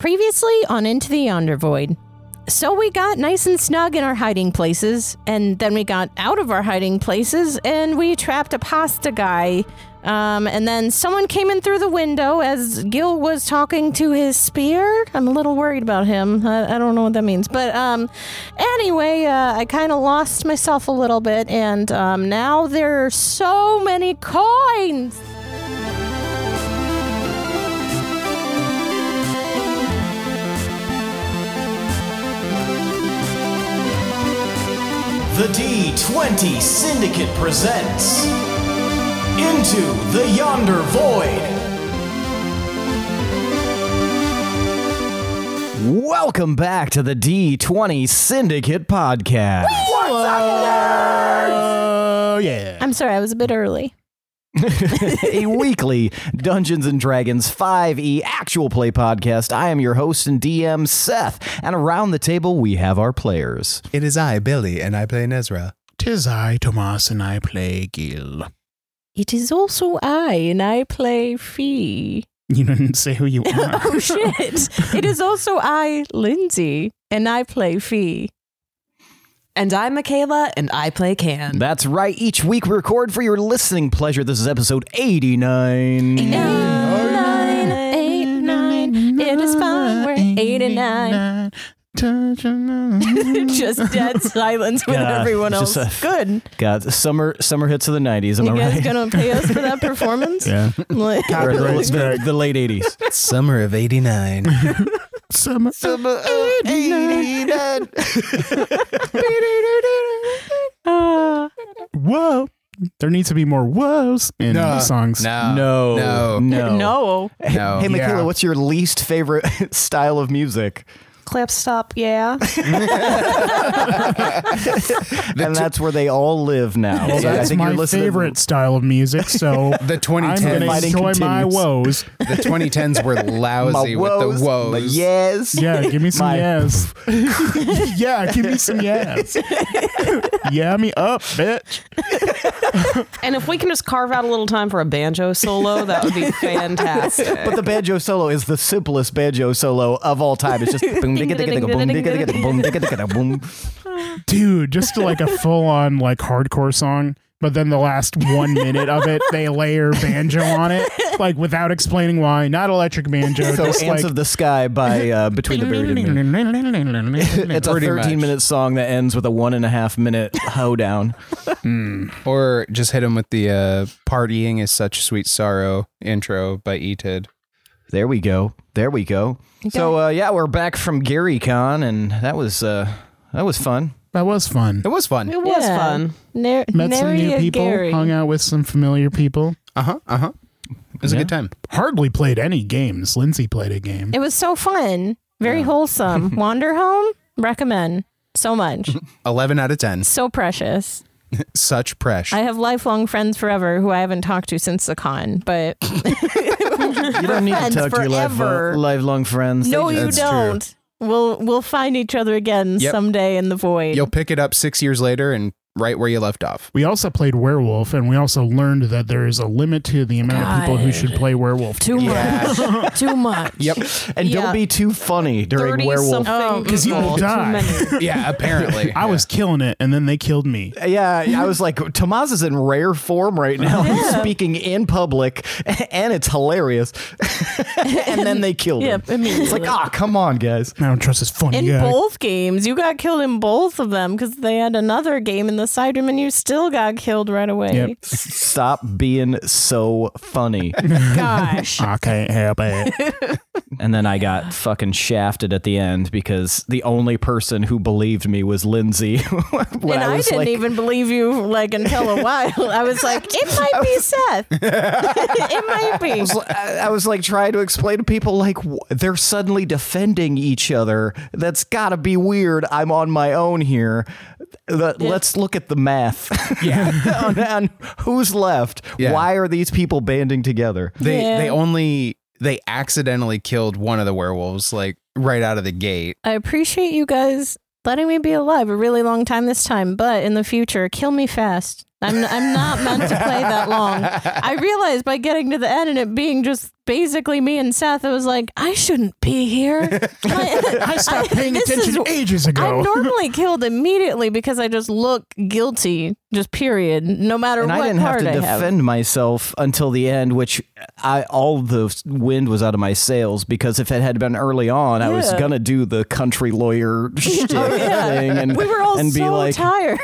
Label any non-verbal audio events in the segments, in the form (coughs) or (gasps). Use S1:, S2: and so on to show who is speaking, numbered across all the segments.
S1: Previously on Into the Yonder Void. So we got nice and snug in our hiding places, and then we got out of our hiding places and we trapped a pasta guy. Um, and then someone came in through the window as Gil was talking to his spear. I'm a little worried about him. I, I don't know what that means. But um, anyway, uh, I kind of lost myself a little bit, and um, now there are so many coins.
S2: The D20 Syndicate presents Into the Yonder Void. Welcome back to the D20 Syndicate podcast. (laughs)
S3: Oh yeah.
S1: I'm sorry, I was a bit early.
S2: a weekly Dungeons and Dragons 5e actual play podcast. I am your host and DM Seth, and around the table we have our players.
S3: It is I, Billy, and I play Nezra.
S4: Tis I, Tomas, and I play Gil.
S1: It is also I, and I play Fee.
S4: You didn't (laughs) say who you are.
S1: (laughs) oh shit! it is also I, Lindsay, and I play Fee.
S5: And I'm Michaela, and I play Can.
S2: That's right. Each week we record for your listening pleasure. This is episode 89.
S1: Eight, nine, eight, nine. It is fine. We're eight and nine. (laughs)
S2: (laughs)
S1: just dead silence with
S2: Yeah,
S1: everyone
S2: it's
S1: else.
S2: just a-
S1: Good.
S2: God, summer summer hits of the 90s, am
S1: You
S2: I (laughs)
S1: guys
S2: right?
S1: gonna pay us for that performance?
S4: Yeah.
S1: (laughs) Like-
S2: Or the, the late 80s.
S3: Summer
S2: (laughs)
S3: of 89.
S4: Some,
S1: Uh,
S2: (laughs)
S4: whoa. There needs to be more whoas in
S3: No.
S4: songs.
S2: No.
S3: No.
S2: No.
S1: no.
S2: Hey,
S3: No.
S2: hey, Michaela,
S4: Yeah.
S2: what's your least favorite (laughs) style of music?
S1: Clap stop.
S6: (laughs)
S1: Yeah.
S2: and that's where they all live now.
S4: (laughs) Well,
S2: So I
S4: that's
S2: think you're
S4: my
S2: listening-
S4: favorite style of music, so
S7: The
S4: I'm
S7: 2010s,
S4: going to
S2: Fighting
S4: enjoy my
S2: continues.
S4: woes.
S7: the 2010s were
S2: My
S7: lousy with
S2: woes,
S7: the
S2: my
S7: woes.
S2: yes.
S4: Yeah, give me some
S2: My- (laughs)
S4: yes. (laughs) yeah, give me some yes. yeah, me up, bitch.
S5: And if we can just carve out a little time for a banjo solo, that would
S1: (laughs)
S5: be fantastic.
S2: But the banjo solo is the simplest banjo solo of all time. (laughs) It's just boom, digga, digga, digga, boom, digga, digga, digga, boom, digga, digga, digga, (laughs) boom.
S4: Dude, just like a full on like hardcore song. But then the last one minute of it, they layer banjo on it, like without explaining why. Not electric banjo,
S2: So
S4: just
S2: Ants
S4: like
S2: of the Sky by uh, Between the Buried and Me. (laughs) It's a
S7: Pretty
S2: 13
S7: much.
S2: minute song that ends with a one and a half minute hoedown.
S7: Hmm. Or just hit him with the uh, partying is such sweet sorrow intro by Etid.
S2: There we go. There we go. So uh, yeah, we're back from GaryCon, and that was uh, that was fun.
S4: that was fun.
S7: It was fun.
S5: it was
S1: Yeah.
S5: fun.
S1: Nar-
S4: Met some
S1: nary
S4: new
S1: a
S4: people,
S1: Gary.
S4: hung out with some familiar people.
S7: Uh huh. Uh huh. It was a good time.
S4: Hardly played any games. Lindsay played a game.
S1: It was so fun.
S4: (laughs)
S1: Very wholesome. Wander home. Recommend. So much.
S7: 11 out of 10.
S1: so precious.
S7: (laughs) Such pressure.
S1: I have lifelong friends forever who I haven't talked to since the con,
S4: (laughs)
S1: but
S2: You don't
S1: (laughs)
S2: need to
S1: Friends
S2: talk to your life,
S1: forever.
S2: lifelong friends. They
S1: no, you
S7: That's true.
S1: don't. We'll we'll find each other again
S7: Yep.
S1: someday in the void.
S7: You'll pick it up six years later and right where you left off.
S4: we also played werewolf, and we also learned that there is a limit to the amount of people who should play werewolf.
S1: Too much. Too much.
S7: Yep.
S2: And
S1: Yeah.
S2: don't be too funny during
S5: 30
S4: (laughs)
S2: werewolf.
S5: something.
S1: Because
S4: you
S5: people.
S4: will
S5: Oh, Too
S4: die.
S5: many.
S7: yeah, apparently.
S4: (laughs) I was killing it, and then they killed me.
S2: Yeah, I was like, Tomaz is in rare form right
S1: (laughs)
S2: now. He's speaking in public, (laughs) and it's hilarious. (laughs) and then they killed him.
S1: Yep, immediately.
S2: It's like, ah, come on, guys.
S4: I don't trust this funny
S1: in
S4: guy.
S1: both games, you got killed in both of them because they had another game in the side room, and you still got killed right away.
S4: Yep.
S2: Stop being so funny.
S1: (laughs) Gosh.
S4: I can't help it.
S1: (laughs)
S2: and then I got fucking shafted at the end because the only person who believed me was Lindsay. (laughs) when
S1: and I,
S2: was
S1: didn't
S2: like,
S1: even believe you like until a while. (laughs) I was like, it
S2: (laughs)
S1: might be Seth. (laughs) it might be.
S2: was- I I was like trying to explain to people like wh- they're suddenly defending each other. That's got to be weird. I'm on my own here. The- Let's look at the math. Yeah. (laughs) on, on who's left?
S7: Yeah.
S2: Why are these people banding together?
S7: They,
S1: Yeah.
S7: they only, they accidentally killed one of the werewolves, like right out of the gate.
S1: I appreciate you guys letting me be alive a really long time this time, but in the future, kill me fast. I'm I'm not meant to
S2: (laughs)
S1: play that long. I realized by getting to the end and it being just basically me and Seth, it was like I shouldn't be
S2: (laughs)
S1: here.
S4: I
S1: (laughs)
S4: stopped paying
S1: This
S4: attention
S1: is-
S4: ages ago.
S2: Oh.
S1: I'm normally killed immediately because I just look guilty, just period, no matter
S2: and
S1: what
S2: I didn't have
S1: part
S2: to
S1: I have.
S2: defend myself until the end, which I all the wind was out of my sails because if it had been early on, I was
S1: Yeah. Oh,
S2: gonna do the country
S1: (laughs)
S2: lawyer shtick thing, and
S1: we were all
S2: and
S1: so
S2: be like,
S1: tired.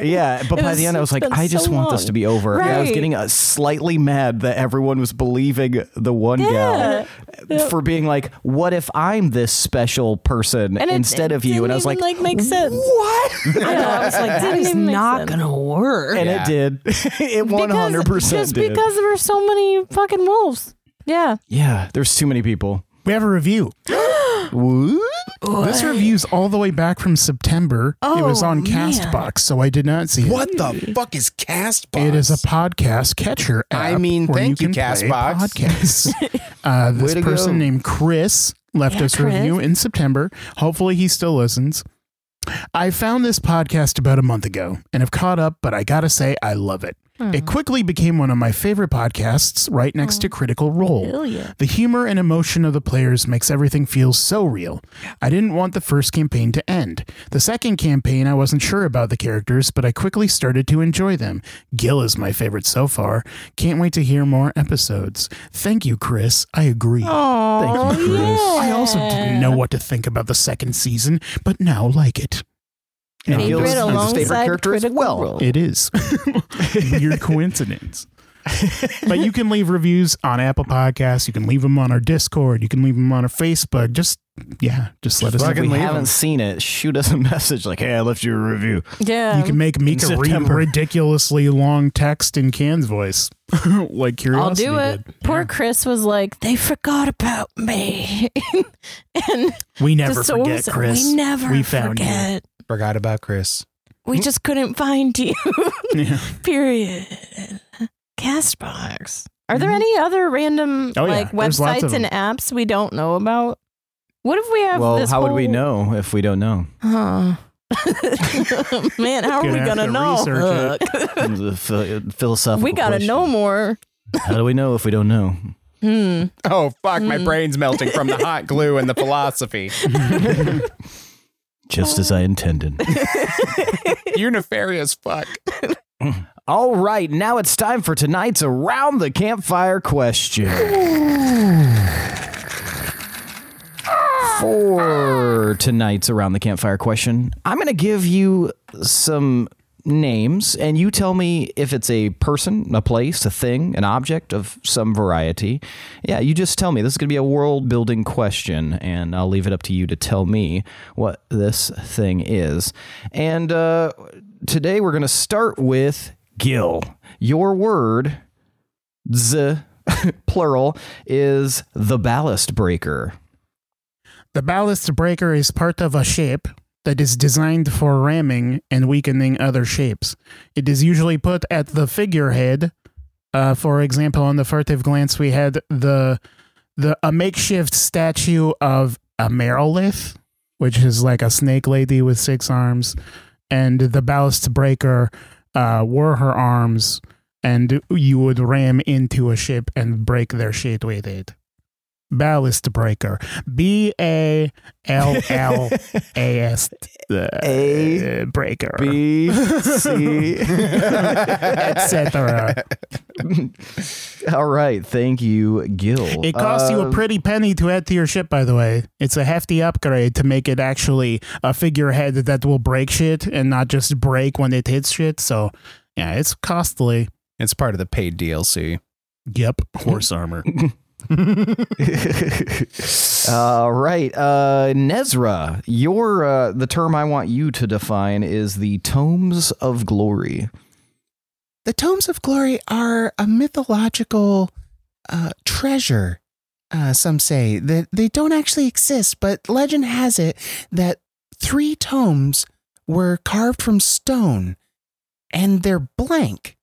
S2: yeah. But
S1: It
S2: by
S1: was-
S2: the end, I
S1: it's
S2: was like,
S1: been
S2: I just
S1: so
S2: want this
S1: long.
S2: to be over. And I was
S1: Right.
S2: getting uh, slightly mad that everyone was believing the one
S1: Yeah.
S2: gal (laughs) for being like, what if I'm this special person
S1: it-
S2: instead
S1: it
S2: of you?
S1: didn't
S2: And I was
S1: even,
S2: like,
S1: like make sense. What? I know. I was
S2: (laughs)
S1: like, that is not gonna
S5: work.
S2: and
S7: Yeah.
S2: it did. (laughs) it one hundred percent
S1: Just
S2: did.
S1: because there were so many fucking wolves. Yeah.
S2: yeah, there's too many people.
S4: we have a
S1: (gasps)
S4: review. This review's all the way back from September.
S1: Oh,
S4: it was on Castbox, so I did not see it.
S3: What the fuck is Castbox?
S4: It is a podcast catcher. App
S7: I mean,
S4: where
S7: thank
S4: you,
S7: you,
S4: can play
S7: Castbox.
S4: Podcasts. uh, this
S2: to
S4: person
S2: go.
S4: named Chris left
S1: Yeah,
S4: us a review
S1: Chris.
S4: in September. Hopefully, he still listens. I found this podcast about a month ago and have caught up, but I gotta say, I love it.
S1: Hmm.
S4: It quickly became one of my favorite podcasts, right next to Critical Role.
S1: yeah.
S4: The humor and emotion of the players makes everything feel so real. I didn't want the first campaign to end. The second campaign, I wasn't sure about the characters, but I quickly started to enjoy them. Gil is my favorite so far. Can't wait to hear more episodes. Thank you, Chris. I agree.
S1: Oh,
S2: Thank you, Chris.
S4: I also didn't know what to think about the second season, but now like it.
S2: And
S1: Favorite
S2: Gil's his
S1: alongside
S2: favorite character as
S1: Critical
S2: well. (laughs)
S1: Role.
S4: It is. Weird coincidence. but you can leave reviews on Apple Podcasts. You can leave them on our Discord. You can leave them on our Facebook. Just, yeah, just let us
S2: If
S4: know.
S2: we
S4: You
S2: haven't seen it, shoot us a message like, "Hey, I left you a review."
S1: Yeah.
S4: can make Mika read
S2: September.
S4: ridiculously long text in Can's voice. (laughs) like
S5: I'll
S4: Curiosity
S5: do it.
S4: did.
S1: Poor Chris was like, they forgot about me. (laughs) and
S4: We never
S1: just so
S4: forget,
S1: so-
S4: Chris.
S1: We never
S4: We found you.
S1: forget.
S7: Forgot
S4: (laughs)
S7: about Chris.
S1: We just couldn't find you. (laughs)
S4: Yeah.
S1: Period. Castbox. Are there any other random
S4: Mm-hmm. Oh, yeah.
S1: like
S4: There's lots of
S1: websites and apps we don't know about? What if we
S2: (laughs)
S1: have
S2: Well,
S1: this
S2: how would we
S1: whole-
S2: know if we don't know?
S1: Huh. (laughs) Man, how are
S4: Gonna
S1: we
S4: have
S1: gonna
S4: to
S1: know?
S4: research
S2: (laughs) The ph- philosophical.
S1: we gotta
S2: question.
S1: know more.
S2: How do we know if we don't know?
S1: Hmm.
S7: Oh fuck, my
S1: Mm.
S7: brain's melting from
S1: (laughs)
S7: the hot glue and the philosophy.
S2: Just as I intended.
S7: You're nefarious fuck.
S2: All right, now it's time for tonight's around the campfire question. (sighs) For tonight's around the campfire question, I'm going to give you some names and you tell me if it's a person, a place, a thing, an object of some variety. Yeah, you just tell me. This is going to be a world building question and I'll leave it up to you to tell me what this thing is. And uh today we're going to start with Gil. Your word z (laughs) plural is the ballast breaker.
S4: The ballast breaker is part of a shape that is designed for ramming and weakening other shapes. It is usually put at the figurehead. Uh, for example, on the furtive glance, we had the the a makeshift statue of a Merilith, which is like a snake lady with six arms, and the ballast breaker uh, were her arms, and you would ram into a ship and break their shit with it. Ballast breaker. B A L L A S
S2: (laughs) A,
S4: uh, breaker,
S2: B,
S4: (laughs)
S2: C.
S4: etc.
S2: (laughs) All right. Thank you, Gil.
S4: It costs you a
S2: Uh,
S4: pretty penny to add to your ship, by the way. It's a hefty upgrade to make it actually a figurehead that will break shit and not just break when it hits shit. So, yeah, it's costly.
S7: It's part of the paid DLC.
S4: Yep, horse armor.
S2: All right, uh, Nezra, your uh, the term I want you to define is the tomes of glory.
S3: The Tomes of Glory are a mythological uh, treasure, uh, some say, that they don't actually exist, but legend has it that three tomes were carved from stone and they're blank.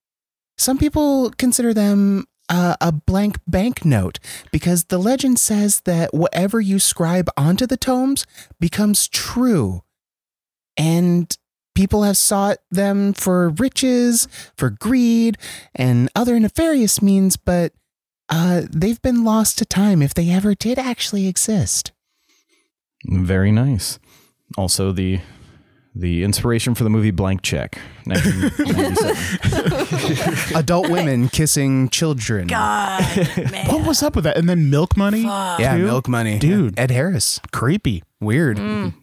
S3: Some people consider them uh, a blank banknote because the legend says that whatever you scribe onto the tomes becomes true. And people have sought them for riches, for greed, and other nefarious means, but uh, they've been lost to time if they ever did actually exist.
S2: Very nice. Also the the inspiration for the movie Blank Check. 1997.
S4: (laughs)
S3: Adult women kissing children.
S1: God,
S4: What was up with that? And then milk money?
S7: Yeah,
S4: Dude.
S7: milk money.
S4: Dude.
S7: Ed Harris.
S4: Creepy.
S1: (laughs)
S7: Weird.
S1: Mm.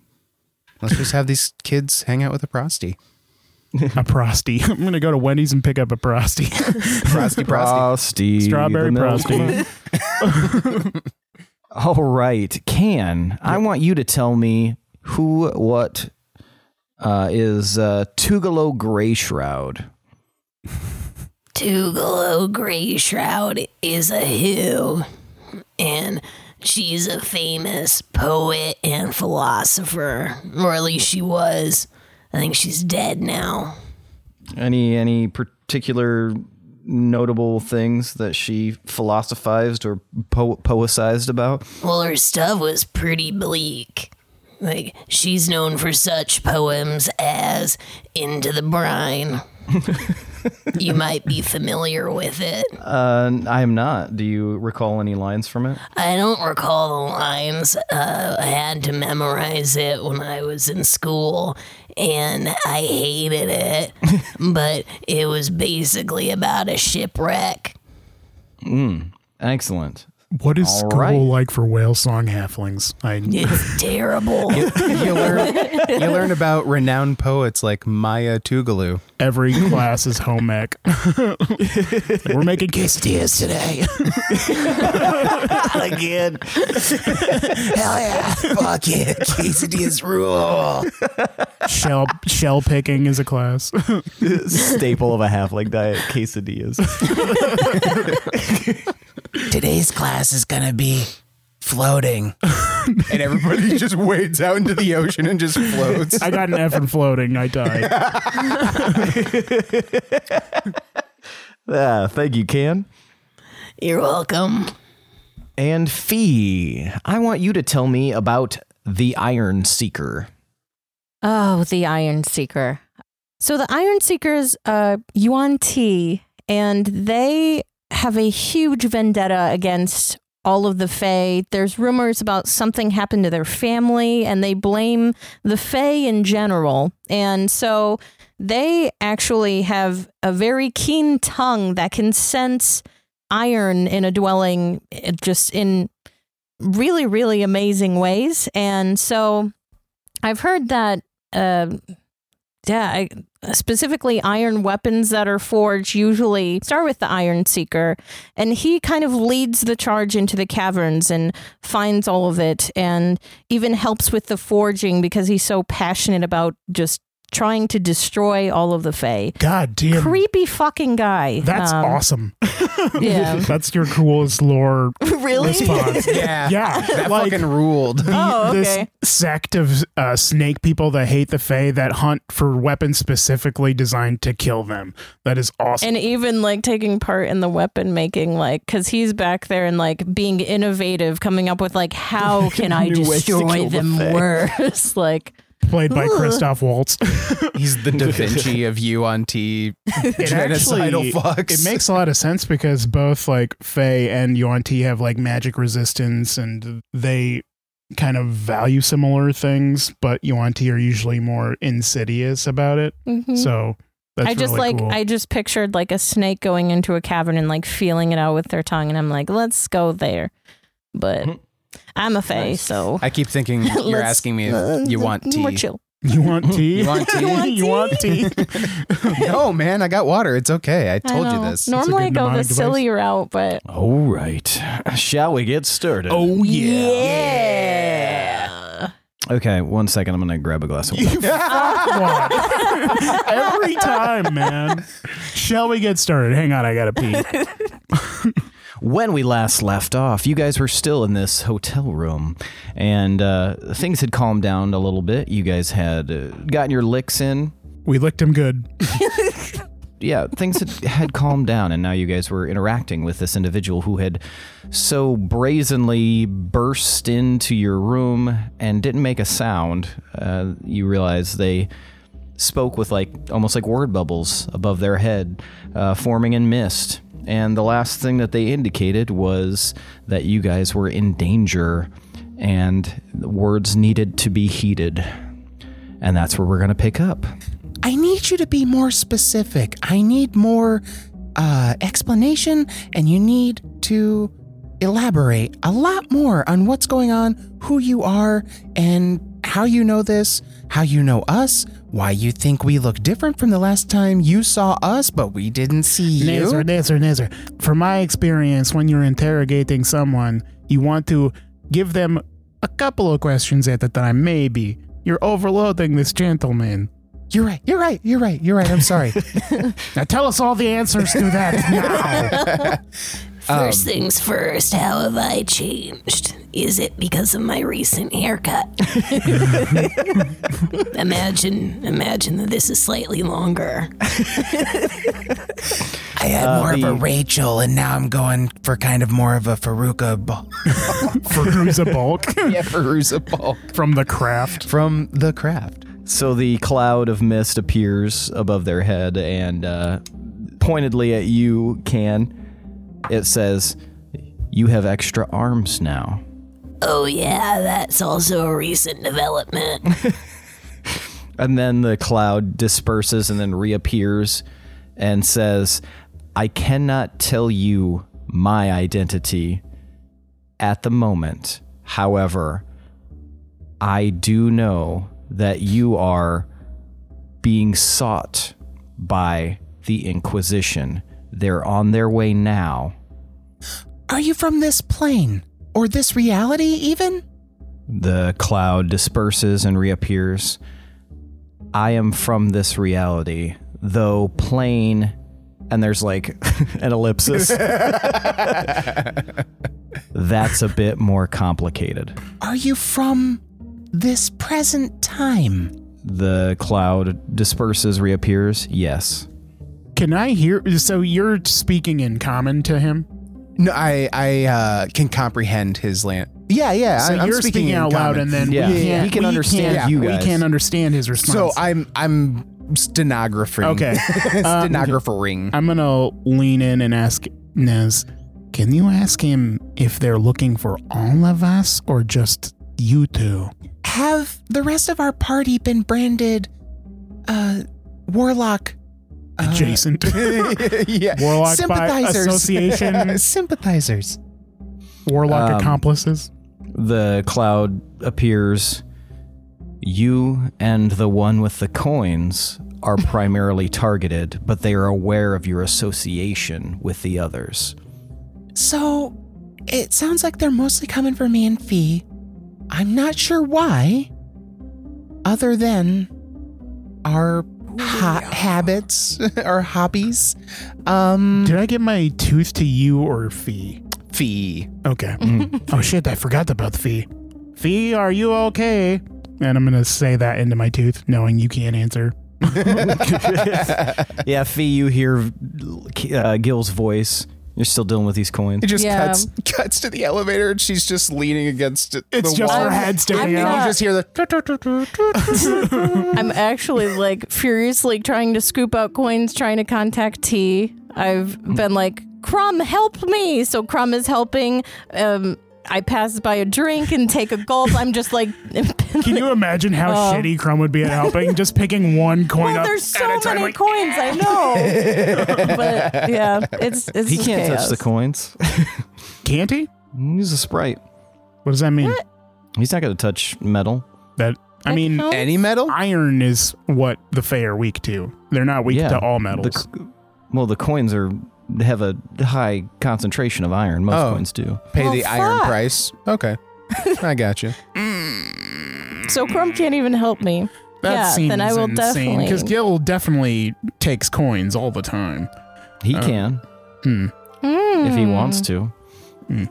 S7: Let's just have these kids hang out with a prosty.
S4: A prosty. (laughs) I'm going to go to Wendy's and pick up a prosty. (laughs)
S7: Prosty, prosty.
S2: Frosty
S4: Strawberry
S2: the milk.
S4: prosty.
S2: (laughs) All right, Can, I want you to tell me who, what uh, is uh, Tugalo Gray Shroud?
S6: Tugalo Grey Shroud is a who, and she's a famous poet and philosopher, or at least she was. I think she's dead now.
S2: Any any particular notable things that she philosophized or po- poesized about?
S6: Well, her stuff was pretty bleak. Like, she's known for such poems as Into the Brine. you might be familiar with it.
S2: Uh, I am not. Do you recall any lines from it?
S6: I don't recall the lines. Uh, I had to memorize it when I was in school, and I hated it. but it was basically about a shipwreck.
S2: Excellent.
S4: what is
S2: Mm. All
S4: school
S2: right.
S4: like for whale song halflings?
S1: (laughs)
S4: I,
S6: It's terrible.
S7: you, learn, you learn about renowned poets like Maya Tougaloo.
S4: every class is home
S7: (laughs)
S4: ec. We're making quesadillas today.
S3: Again. Hell yeah. Fuck it. Quesadillas rule.
S4: shell shell picking is a class.
S2: (laughs) Staple of a half-leg diet, quesadillas.
S3: Today's class is going to be
S4: (laughs)
S3: floating.
S7: And everybody just wades out into the ocean and just floats.
S4: I got an F
S7: (laughs)
S4: in floating. I died.
S2: ah, thank you, Can.
S6: You're welcome.
S2: And Fee, I want you to tell me about the Iron Seeker.
S1: Oh, the Iron Seeker. So the Iron Seekers, uh, Yuan Ti, and they have a huge vendetta against all of the Fae. There's rumors about something happened to their family, and they blame the Fae in general. And so they actually have a very keen tongue that can sense iron in a dwelling, eh, just in really, really amazing ways. And so I've heard that, uh, yeah, I, specifically iron weapons that are forged usually start with the Iron Seeker, and he kind of leads the charge into the caverns and finds all of it, and even helps with the forging because he's so passionate about just trying to destroy all of the Fae.
S4: God damn.
S1: Creepy fucking guy.
S4: That's
S1: Um,
S4: awesome.
S1: (laughs)
S4: (laughs)
S1: Yeah.
S4: That's your coolest lore
S1: really? (laughs)
S4: response.
S7: yeah.
S4: yeah.
S7: (laughs) That
S4: like
S7: fucking ruled.
S1: Oh, okay.
S4: this sect of uh, snake people that hate the Fae that hunt for weapons specifically designed to kill them. That is awesome.
S1: and even like taking part in the weapon making like because he's back there and like being innovative coming up with
S4: (laughs)
S1: like how can i
S2: New ways to
S1: destroy
S2: kill the
S1: them
S2: Fae.
S1: (laughs) worse like
S4: Played by Christoph Waltz. (laughs)
S7: He's the Da Vinci of you on T.
S4: It
S7: (laughs) Genocidal
S4: actually-
S7: fucks.
S4: It makes a lot of sense because both like Faye and Yuan-Ti have like magic resistance and they kind of value similar things, but Yuan-Ti are usually more insidious about it.
S1: mhm.
S4: So that's
S1: i just
S4: really
S1: like
S4: cool.
S1: i just pictured like a snake going into a cavern and like feeling it out with their tongue and i'm like let's go there but
S2: Mhm.
S1: i'm a fae
S7: Nice.
S1: so
S7: (laughs) I keep thinking you're
S1: let's-
S7: asking me
S1: uh,
S7: if you want
S1: more
S7: tea.
S1: chill
S4: you
S7: (laughs)
S4: want tea?
S7: Mm-hmm. You
S1: (laughs)
S7: want tea?
S4: you want tea?
S7: no, man, I got water. It's okay. I
S1: I
S7: told you
S1: know.
S7: this.
S1: normally i
S4: good
S1: go the
S4: mnemonic device.
S1: sillier route but
S2: All right, shall we get started?
S4: oh yeah.
S1: yeah
S2: Okay, one second. I'm gonna grab a glass of water.
S4: Fuck
S7: (laughs)
S4: one. (laughs) Every time, man. Shall we get started? Hang on, I gotta pee.
S2: (laughs) when we last left off, you guys were still in this hotel room, and uh, things had calmed down a little bit. You guys had uh, gotten your licks in.
S4: We licked him good.
S2: Yeah, things had, (laughs) had calmed down, and now you guys were interacting with this individual who had so brazenly burst into your room and didn't make a sound. Uh, you realize they spoke with like almost like word bubbles above their head, uh, forming in mist. And the last thing that they indicated was that you guys were in danger and the words needed to be heeded. And that's where we're going to pick up.
S3: I need you to be more specific. I need more uh, explanation, and you need to elaborate a lot more on what's going on, who you are, and how you know this, how you know us, why you think we look different from the last time you saw us, but we didn't see you.
S4: Nazar, Nazar, Nazar. From my experience, when you're interrogating someone, you want to give them a couple of questions at a time, maybe. You're overloading this gentleman.
S3: You're right. You're right. You're right. You're right. I'm sorry.
S4: (laughs)
S3: (laughs)
S4: Now tell us all the answers to that (laughs) now.
S6: (laughs)
S3: Um,
S6: First things first, how have I changed? Is it because of my recent haircut? imagine, imagine that this is slightly longer.
S3: I had more
S6: Uh,
S3: of a Rachel, and now I'm going for kind of more of a Faruka. Ball.
S4: (laughs) For who's a bulk?
S7: (laughs) Yeah, Perusa Bulk.
S4: From the craft.
S2: From the craft. So the cloud of mist appears above their head and uh, pointedly at you, Can. It says, You have extra arms now.
S6: Oh, yeah, that's also a recent development.
S3: (laughs)
S2: And then the cloud disperses and then reappears and says, I cannot tell you my identity at the moment. However, I do know that you are being sought by the Inquisition. They're on their way now.
S3: Are you from this plane or this reality? Even
S2: The cloud disperses and reappears. I am from this reality, though plain. And there's like (laughs) an ellipsis. That's a bit more complicated.
S3: are you from this present time?
S2: The cloud disperses, reappears. Yes.
S4: Can I hear? So you're speaking in common to him?
S3: No, I.
S7: I uh, can comprehend his land.
S3: Yeah, yeah.
S4: So you're speaking, out loud, and then
S2: Yeah.
S4: we can't,
S2: Yeah. He can
S4: we
S2: understand
S4: can't-
S2: you
S4: We
S2: guys.
S4: can't understand his response.
S7: I'm I'm stenographering.
S4: Okay.
S7: (laughs)
S4: Um,
S7: stenographering.
S4: I'm gonna lean in and ask Nez, can you ask him if they're looking for all of us or just you two?
S3: have the rest of our party been branded uh warlock uh,
S4: Adjacent
S7: yeah.
S4: warlock by
S3: sympathizers
S4: association,
S3: (laughs) sympathizers
S4: warlock
S2: Um,
S4: accomplices.
S2: The cloud appears. You and the one with the coins are primarily targeted, but they are aware of your association with the
S7: (laughs)
S2: others.
S3: so it sounds like they're mostly coming for me and fee i'm not sure why other than our ha- habits (laughs) our hobbies um
S4: Did I get my tooth to you or Fee?
S7: Fee.
S4: Okay. oh shit, I forgot about Fee. Fee, are you okay? And I'm gonna say that into my tooth, knowing you can't answer.
S2: Yeah, Fee, you hear uh, Gil's voice. You're still dealing with these coins.
S7: It just
S1: Yeah.
S7: cuts cuts to the elevator, and she's just leaning against it.
S4: It's
S7: the
S4: just
S7: wall.
S4: her head sticking
S1: I'm
S4: out.
S1: not-
S7: You just hear the.
S1: (laughs) I'm actually like furiously trying to scoop out coins, trying to contact T. I've been like, Crumb, help me. So Crumb is helping. Um, I pass by a drink and take a gulp. I'm just like, (laughs)
S4: Can (laughs) you imagine how shitty Crumb would be at helping? Just picking one coin
S1: well,
S4: up
S1: there's so
S4: at a
S1: many
S4: time. like,
S1: coins. I
S4: (laughs)
S1: know, but yeah, it's it's
S2: He can't
S1: chaos.
S2: touch the coins.
S4: (laughs) can't he?
S2: He's a sprite.
S4: What does that mean?
S2: He's not going to touch metal.
S4: That I mean,
S1: counts?
S7: Any metal?
S4: iron is what the Fae are weak to. They're not weak
S2: yeah.
S4: to all
S2: The
S4: metals.
S2: c- well, the coins are have a high concentration of iron. Most
S7: Oh.
S2: coins do.
S7: Pay
S1: Well,
S7: the iron
S1: fuck.
S7: price.
S4: (laughs)
S7: Okay. I got you.
S1: So Crumb can't even help me.
S4: that
S1: yeah,
S4: seems
S1: then I will
S4: insane because
S1: definitely.
S4: Gil definitely takes coins all the time. Oh.
S2: He can
S4: Hmm.
S2: if he wants to.
S1: Hmm.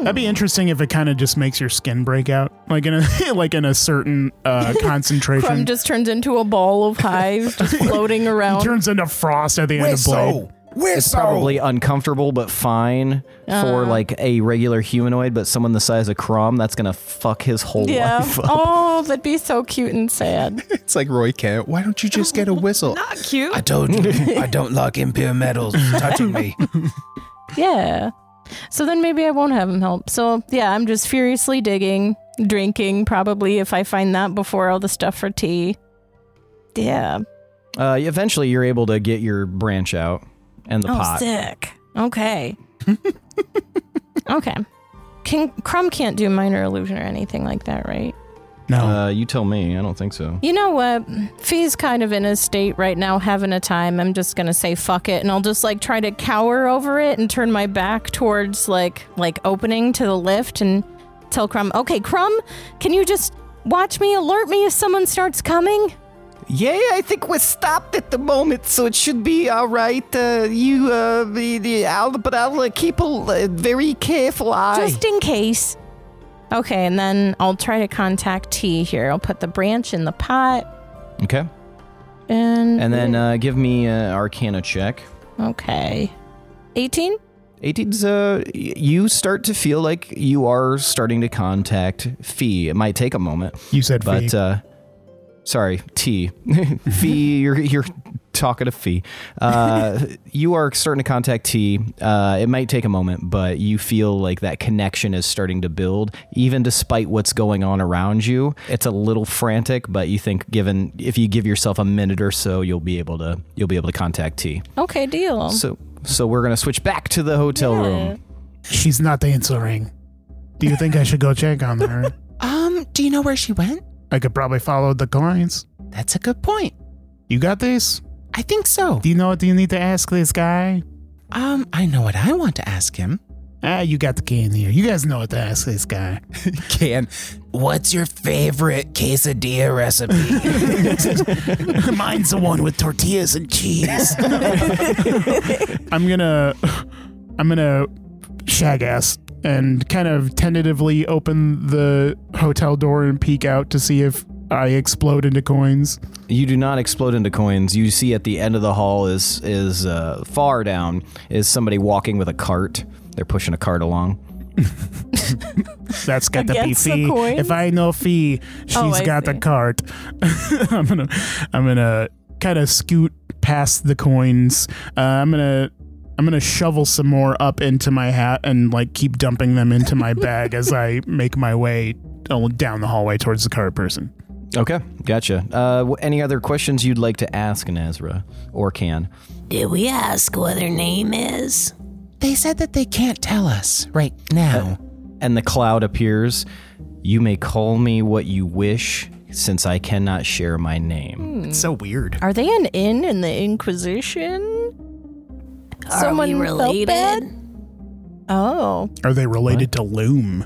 S4: That'd be interesting if it kind of just makes your skin break out, like in a (laughs) like in a certain
S1: (laughs)
S4: uh,
S1: Crumb
S4: concentration. (laughs)
S1: just turns into a ball of hive, just floating
S4: He
S1: around.
S4: turns into frost at the end of Blade.
S2: It's probably uncomfortable but fine
S7: Uh-huh.
S2: for like a regular humanoid, but someone the size of Crom, that's gonna fuck his whole
S1: Yeah.
S2: life up.
S1: Oh, that'd be so cute and sad.
S7: It's like Roy Kent.
S3: Why don't you just get a
S5: (laughs)
S3: whistle?
S5: Not cute.
S3: I told
S4: (laughs)
S1: (laughs)
S3: you, I don't like impure metals touching me.
S1: Yeah. So then maybe I won't have him help. So yeah, I'm just furiously digging, drinking probably if I find that before all the stuff for tea. Yeah.
S2: Uh, eventually, you're able to get your branch out and the
S1: oh,
S2: pot.
S1: sick.
S2: (laughs)
S1: Okay. okay. Can Crumb can't do minor illusion or anything like that, right?
S4: No.
S2: Uh, you tell me. I don't think so.
S1: You know what? Fee's kind of in a state right now, having a time. I'm just gonna say fuck it, and I'll just like try to cower over it and turn my back towards like like opening to the lift and tell Crumb, okay, Crumb, can you just watch me, alert me if someone starts coming?
S2: Yeah, I think we're stopped at the moment, so it should be all right. Uh, you, uh, the, the, I'll, but I'll uh, keep a uh, very careful eye.
S1: Just in case. Okay, and then I'll try to contact T here. I'll put the branch in the pot
S2: okay,
S1: and
S2: and then uh, give me an Arcana check.
S1: Mm-hmm. okay,
S2: uh,
S1: eighteen.
S2: 18's uh y- you start to feel like you are starting to contact fee it might take a moment
S4: You said
S2: but
S4: fee.
S2: uh sorry t (laughs) fee you're you're talking to fee uh (laughs) you are starting to contact t uh it might take a moment but you feel like that connection is starting to build even despite what's going on around you it's a little frantic but you think given if you give yourself a minute or so you'll be able to you'll be able to contact t
S1: Okay,
S6: Um,
S1: deal.
S2: so so we're gonna switch back to the hotel room
S4: She's not answering. Do you think I should go check on
S1: (laughs)
S4: her?
S3: Um, do you know where she went?
S4: I could probably follow the coins.
S3: That's a good point.
S4: You got this?
S3: I think so.
S4: Do you know what you need to ask this guy?
S3: Um, I know what I want to ask him.
S4: Ah, you got the key in here. You guys know what to ask this guy.
S3: (laughs) Can, what's your favorite quesadilla
S2: (laughs)
S3: recipe?
S4: Mine's the one with tortillas and cheese. I'm gonna, I'm gonna shag ass and kind of tentatively open the hotel door and peek out to see if I explode into coins.
S2: You do not explode into coins. You see at the end of the hall is is uh, far down is somebody walking with a cart. They're pushing a cart along.
S4: That's got to be
S1: Against the
S4: fee.
S1: coins?
S4: If I know fee, she's
S1: Oh, I
S4: got
S1: see.
S4: the cart. (laughs) I'm gonna, I'm gonna kind of scoot past the coins. Uh, I'm gonna. I'm gonna shovel some more up into my hat and like keep dumping them into
S1: (laughs)
S4: my bag as I make my way uh, down the hallway towards the cart person.
S2: Okay, gotcha. Uh, wh- any other questions you'd like to ask Nazra or can?
S6: Did we ask what her name is?
S3: they said that they can't tell us right now.
S2: Uh, And the cloud appears. You may call me what you wish, since I cannot share my name.
S1: Hmm.
S3: It's so weird.
S1: Are they an inn in the Inquisition?
S6: Are
S1: Someone
S6: we
S1: felt bad?
S6: related?
S1: (laughs) Oh,
S4: Are they related to Loom?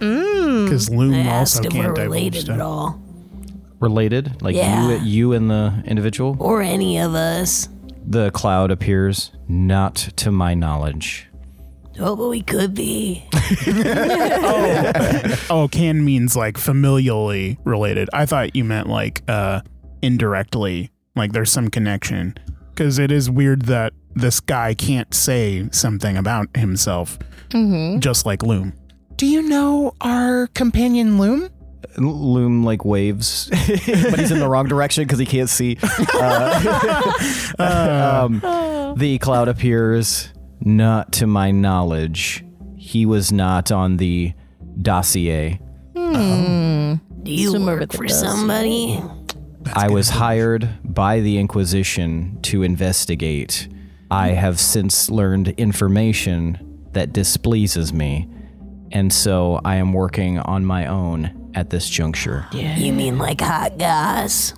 S1: Hmm.
S4: Because
S6: I
S4: Loom also
S6: Mm. asked if we're
S4: can't divulge
S6: related at
S4: stuff.
S6: all.
S2: Related, like
S6: Yeah.
S2: you, you and the individual.
S6: Or any of us.
S2: The cloud appears, not to my knowledge.
S6: Oh, but we
S3: (laughs)
S6: could be.
S4: Oh, can means like familially related. I thought you meant like uh indirectly, like there's some connection. Because it is weird that this guy can't say something about himself,
S3: Hmm?
S4: just like Loom.
S3: Do you know our companion Loom?
S2: loom like waves, (laughs) but he's in the wrong direction because he can't see. Uh, (laughs) um, the cloud appears, not to my knowledge. He was not on the dossier. Hmm.
S6: Do you
S1: Someone
S6: work
S1: with
S6: for
S1: the does.
S6: somebody?
S2: (laughs) I was hired by the Inquisition to investigate. I have since learned information that displeases me, and so I am working on my own at this juncture.
S6: You mean like hot gas?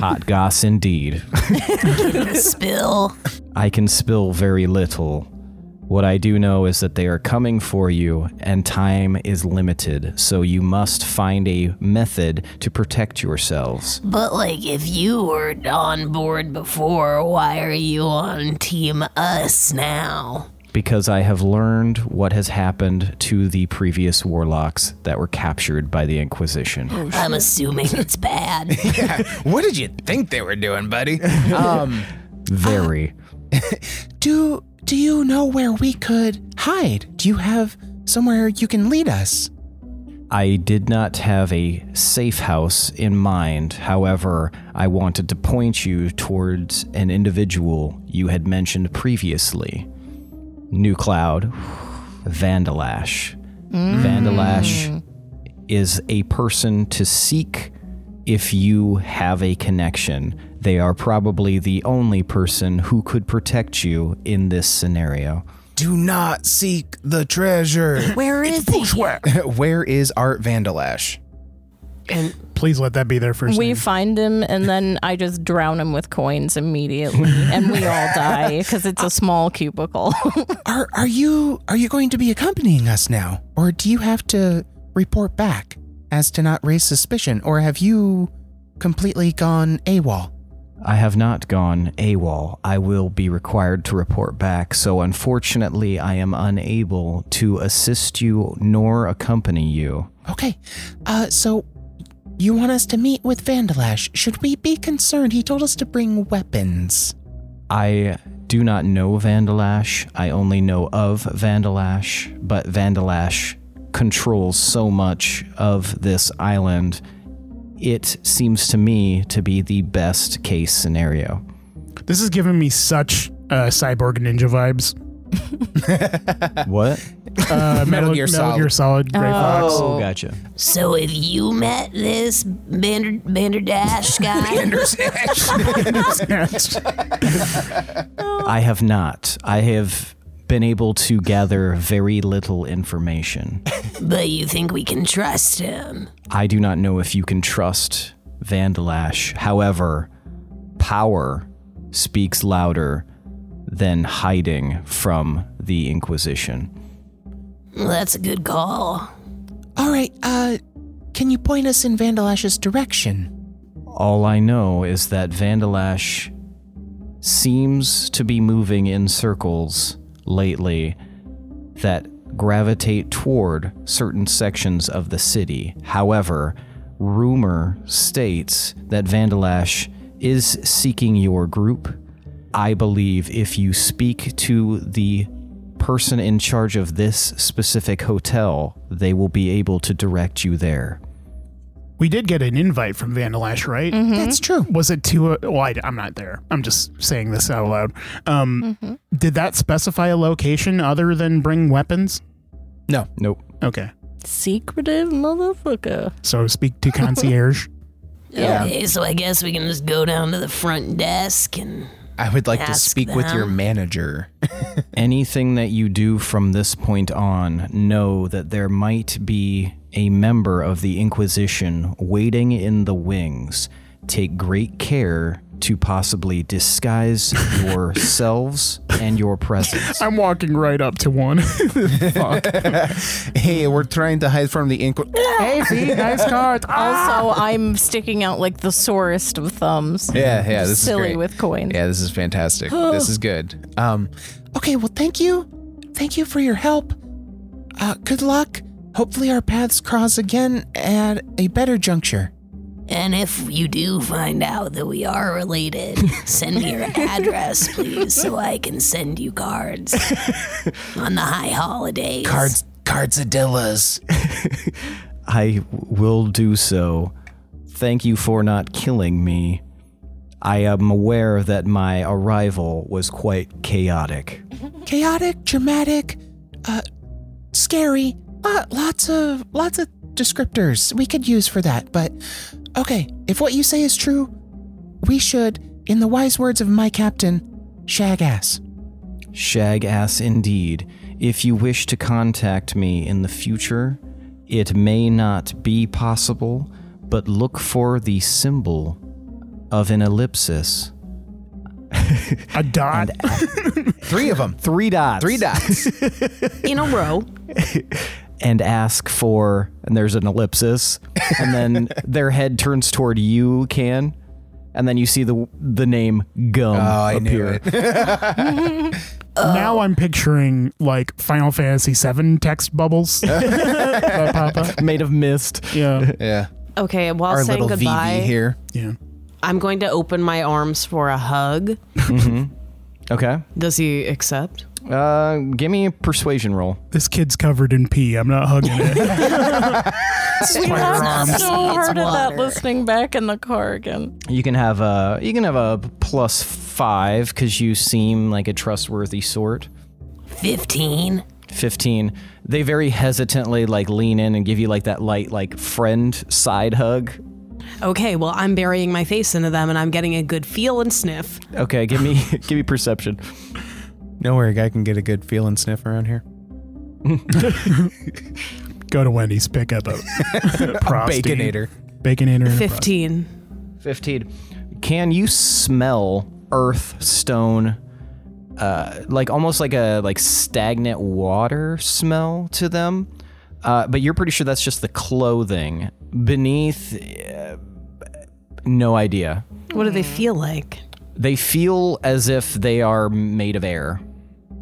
S2: Hot goss indeed.
S6: Spill?
S2: I can spill very little. What I do know is that they are coming for you, and time is limited, so you must find a method to protect yourselves.
S6: But like, if you were on board before, why are you on Team Us now?
S2: Because I have learned what has happened to the previous warlocks that were captured by the Inquisition.
S3: Oh,
S6: I'm assuming it's bad.
S3: (laughs)
S7: Um, Uh, What did you think they were doing, buddy?
S2: Very.
S3: (laughs) do do you know where we could hide? Do you have somewhere you can lead us?
S2: I did not have a safe house in mind. However, I wanted to point you towards an individual you had mentioned previously. New Cloud, Vandalash. Vandalash is a person to seek if you have a connection. They are probably the only person who could protect you in this scenario.
S3: Do not seek the treasure.
S6: Where is he?
S7: (laughs) Where is Art Vandalash?
S5: And
S4: Please let that be their first
S1: We
S4: name.
S1: find him, and then I just drown him with
S4: (laughs)
S1: coins immediately, and we all die because it's a small cubicle. (laughs)
S3: Are are you are you going to be accompanying us now, or do you have to report back as to not raise suspicion, or have you completely gone AWOL?
S2: I have not gone AWOL. I will be required to report back, so unfortunately, I am unable to assist you nor accompany you.
S3: Okay. Uh, so you want us to meet with Vandalash. Should we be concerned? He told us to bring weapons.
S2: I do not know Vandalash. I only know of Vandalash, but Vandalash controls so much of this island. It seems to me to be the best case scenario.
S4: This is giving me such uh, cyborg ninja vibes.
S2: What?
S4: Uh, Metal,
S7: Gear Solid.
S4: Gear Solid. Gray Fox.
S2: Oh, gotcha.
S6: So if you met this Bander Banderdash guy,
S2: I have not. I have been able to gather very little information.
S6: but you think we can trust him?
S2: I do not know if you can trust Vandalash. However, power speaks louder than hiding from the Inquisition.
S6: Well, that's a good call.
S3: All right. Uh, can you point us in Vandalash's direction?
S2: All I know is that Vandalash seems to be moving in circles lately that gravitate toward certain sections of the city. However, rumor states that Vandalash is seeking your group. I believe if you speak to the person in charge of this specific hotel, they will be able to direct you there.
S4: We did get an invite from Vandalash, right?
S5: Mm-hmm.
S3: That's true.
S4: Was it to a. Well, I, am not there. I'm just saying this out loud. Um,
S5: Mm-hmm.
S4: Did that specify a location other than bring weapons?
S2: Nope.
S4: Okay.
S1: Secretive motherfucker.
S4: So
S5: (laughs)
S4: speak to concierge.
S6: Okay, so I guess we can just go down to the front desk and
S7: I would like to
S6: Ask
S7: speak with your
S6: them.
S7: manager.
S2: (laughs) Anything that you do from this point on, know that there might be a member of the Inquisition waiting in the wings. Take great care to possibly
S7: (laughs)
S2: disguise yourselves and your presence.
S4: I'm walking right up to one. (laughs)
S7: (laughs) hey, we're trying to hide from the (laughs) Inquisition.
S4: hey, see,
S1: (laughs)
S4: nice Ah! card.
S1: Also, I'm sticking out like the sorest of thumbs.
S7: Yeah, yeah, this
S1: Silly
S7: is great.
S1: with coins. (laughs)
S7: Yeah, this is (gasps) fantastic. this is good.
S3: Um, okay. Well, thank you. Thank you for your help. Uh, good luck. Hopefully, our paths cross again at a better juncture.
S6: and if you do find out that we are related,
S7: (laughs)
S6: send me your address, please, so I can send
S7: (laughs)
S6: you cards on the high holidays.
S3: Cards, cardsadillas.
S2: (laughs) I will do so. Thank you for not killing me. I am aware that my arrival was quite chaotic.
S3: chaotic, dramatic, uh, scary. Uh, lots of lots of descriptors we could use for that. But okay, if what you say is true, we should, in the wise words of my captain, shag ass.
S2: Shag ass indeed. If you wish to contact me in the future, it may not be possible, but look for the symbol of an ellipsis.
S4: a dot. (laughs)
S7: Three of them.
S2: Three dots.
S7: Three dots.
S5: in a row.
S2: (laughs) And ask for, and there's an ellipsis, and
S7: (laughs)
S2: then their head turns toward you, can, and then you see the the name Gum
S7: Oh, I knew
S2: appear.
S7: it.
S2: (laughs)
S5: Oh.
S4: Now I'm picturing like Final Fantasy VII text bubbles that pop up.
S2: Made of mist.
S4: Yeah,
S7: Yeah.
S5: Okay, while
S7: Our
S5: saying
S7: little
S5: goodbye,
S7: VV here.
S4: yeah.
S5: I'm going to open my arms for a hug.
S2: Mm-hmm. Okay.
S5: Does he accept?
S2: Uh, give me a persuasion roll.
S4: This kid's covered in pee. I'm not hugging it.
S1: I'm
S6: arms.
S1: so
S6: It's
S1: hard of that
S6: water.
S1: listening back in the car again.
S2: You can have a you can have a plus five because you seem like a trustworthy sort.
S6: 15.
S2: 15 they very hesitantly like lean in and give you like that light like friend side hug (laughs)
S5: Okay, well, I'm burying my face into them and I'm getting a good feel and sniff.
S2: okay give
S7: (laughs)
S2: me give me perception
S7: No worry, guy can get a good feel and sniff around here.
S4: Go to Wendy's, pick up a, (laughs) prostate.
S7: Baconator.
S4: Baconator. and a
S5: 15.
S2: 15 can you smell earth stone uh like almost like a like stagnant water smell to them uh but you're pretty sure that's just the clothing beneath uh, no idea
S5: What do they
S6: Hmm.
S5: feel like?
S2: they feel as if they are made of air.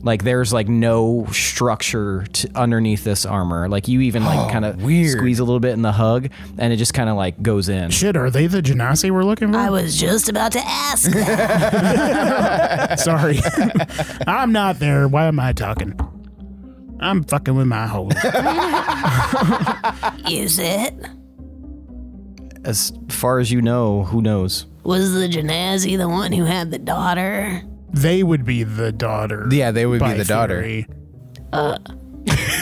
S2: Like there's like no structure to, underneath this armor. Like you even like kind of squeeze a little bit in the hug, and it just kind of like goes in.
S4: prostate. Shit, are they the Genasi we're looking for?
S6: I was just about to ask
S4: (laughs)
S2: (laughs)
S6: that.
S4: Sorry. (laughs) I'm not there. Why am I talking? I'm fucking with my hole.
S6: Is it?
S2: As far as you know, who knows?
S6: Was the Genasi the one who had the daughter?
S4: they would be the daughter.
S7: Yeah, they would be the daughter.
S6: Uh,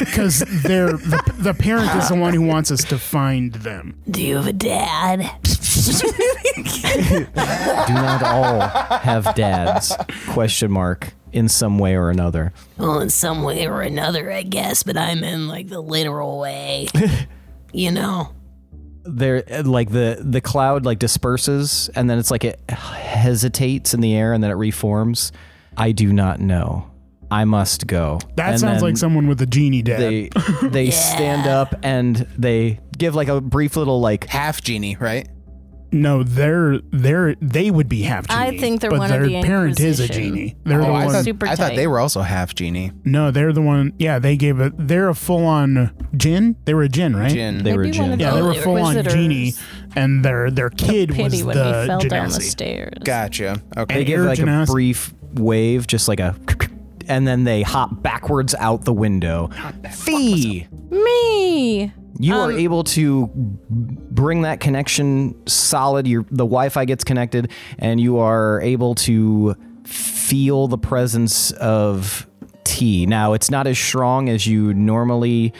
S4: Because they're the, the parent is the one who wants us to find them.
S6: Do you have a dad?
S2: Do not all have dads? Question mark in some way or another.
S6: Well, in some way or another, I guess, but I'm in like the literal
S2: (laughs)
S6: way. you know?
S2: There, like the the cloud like disperses, and then it's like it hesitates in the air, and then it reforms. I do not know. I must go.
S4: That
S2: And
S4: sounds
S2: then-
S4: like someone with a genie dad.
S2: they
S4: (laughs)
S2: they stand up and they give like a brief little like
S7: Half genie, right?
S4: no, they're they're they would be half genie.
S1: I think they're
S4: but
S1: one of
S4: their
S1: the
S4: parent is a
S1: Inquisition.
S4: genie. They're the
S7: Oh, I,
S4: one.
S7: thought,
S1: Super
S7: I thought
S1: tight.
S7: they were also half genie.
S4: no, they're the one. Yeah, they gave a. They're a full on gin. They were a gin, right?
S7: Gin.
S2: they were
S1: Maybe one
S2: gen-
S1: of
S4: Yeah,
S1: Oh,
S4: they were
S1: they were
S4: full on
S1: visitors.
S4: genie, and their their kid was
S1: Pity
S4: the
S1: when he fell down the
S4: Genasi.
S1: stairs.
S7: Gotcha. Okay.
S2: they give
S4: Air
S2: like a
S4: Genas-
S2: brief wave just like a and then they hop backwards out the window fee
S1: Me.
S2: you are able to bring that connection solid your the wi-fi gets connected and you are able to feel the presence of tea now it's not as strong as you normally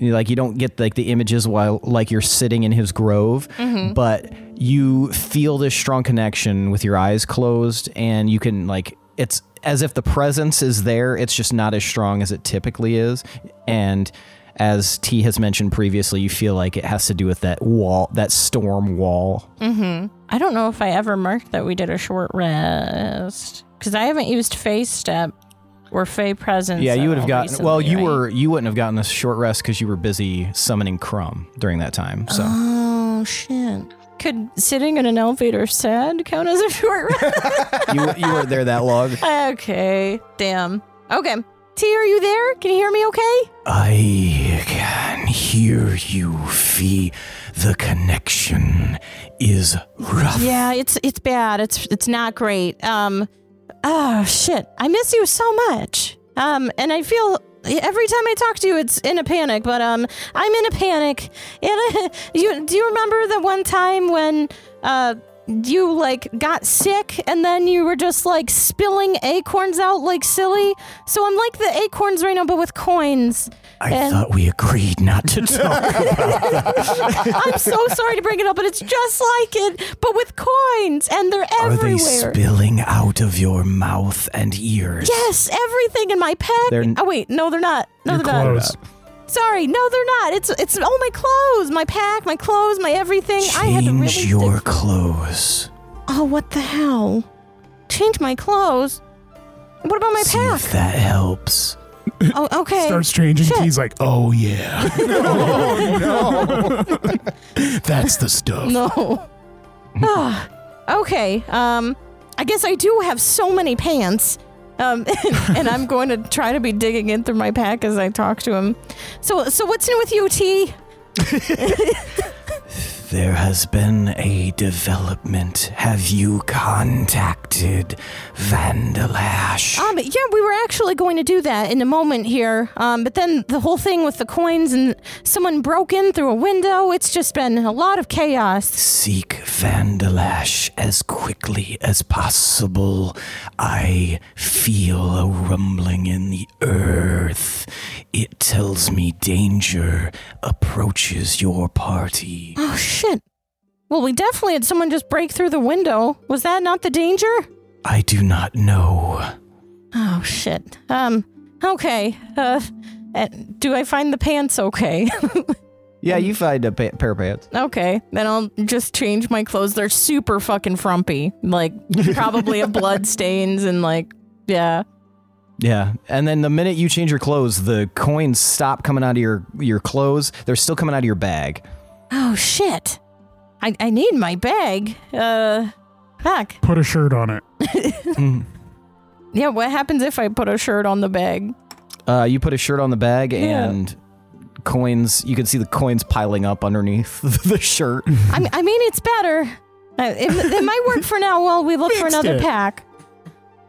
S2: like you don't get like the images while like you're sitting in his grove but you feel this strong connection with your eyes closed and you can like it's as if the presence is there it's just not as strong as it typically is and as T has mentioned previously, you feel like it has to do with that wall, that storm wall.
S1: Mm-hmm. I don't know if I ever marked that we did a short rest because I haven't used phase step or fey presence.
S2: yeah,
S1: at
S2: you would have
S1: all
S2: gotten. well,
S1: recently,
S2: you
S1: right?
S2: were you wouldn't have gotten a short rest because you were busy summoning Crumb during that time.
S1: (laughs)
S2: So
S1: Oh shit! Could sitting in an elevator sad count as a (laughs) short rest?
S2: you you weren't there that long.
S1: (laughs) okay. Damn. Okay. T, are you there? Can you hear me? Okay.
S2: I can hear you, Fee. The connection is rough.
S1: Yeah, it's it's bad. It's it's not great. Um, oh shit, I miss you so much. Um, and I feel every time I talk to you, it's in a panic. But um, I'm in a panic. And (laughs) you do you remember the one time when uh you like got sick and then you were just like spilling acorns out like silly? So I'm like the acorns right now, but with coins.
S2: I
S1: and-
S2: thought we agreed not to
S1: (laughs)
S2: talk.
S1: I'm so sorry to bring it up, but it's just like it, but with coins, and they're
S2: Are
S1: everywhere.
S2: they spilling out of your mouth and ears?
S1: Yes, everything in my pack.
S2: They're-
S1: oh wait, no, they're not. No,
S4: Your
S1: they're not.
S4: clothes.
S1: Sorry, no, they're not. It's it's all my clothes, my pack, my clothes, my everything. I had to really dig-
S2: clothes.
S1: Oh, what the hell? Change my clothes. What about my pack?
S2: that helps.
S1: Oh, okay. (laughs)
S4: starts changing
S1: Shit.
S4: keys like oh yeah (laughs)
S2: Oh,
S4: that's the stuff
S1: No. (laughs) Ah, okay. Um, I guess I do have so many pants. Um, (laughs) and, I'm going to try to be digging in through my pack as I talk to him. So, so what's new with you, T?
S8: There has been a development. Have you contacted Vandalash?
S1: Um, yeah, we were actually going to do that in a moment here. Um, but then the whole thing with the coins and someone broke in through a window, it's just been a lot of chaos.
S8: Seek Vandalash as quickly as possible. I feel a rumbling in the earth. It tells me danger approaches your party.
S1: Oh, shit. Well, we definitely had someone just break through the window. Was that not the danger?
S8: I do not know.
S1: Oh, shit. Um, okay. Uh, uh, do I find the pants okay? (laughs)
S2: Yeah, you find a pa- pair of pants.
S1: Okay, then I'll just change my clothes. They're super fucking frumpy. Like probably a blood stains and like yeah.
S2: Yeah, and then the minute you change your clothes, the coins stop coming out of your your clothes. They're still coming out of your bag.
S1: Oh shit. I, I need my bag. Uh fuck.
S4: Put a shirt on it.
S2: Mm.
S1: Yeah, what happens if I put a shirt on the bag?
S2: Uh, you put a shirt on the bag
S1: Yeah.
S2: and coins. You can see the coins piling up underneath (laughs) the shirt.
S1: I, m- I mean it's better. I, it, it might work for now while we look for
S4: Fixed
S1: another
S4: it.
S1: pack.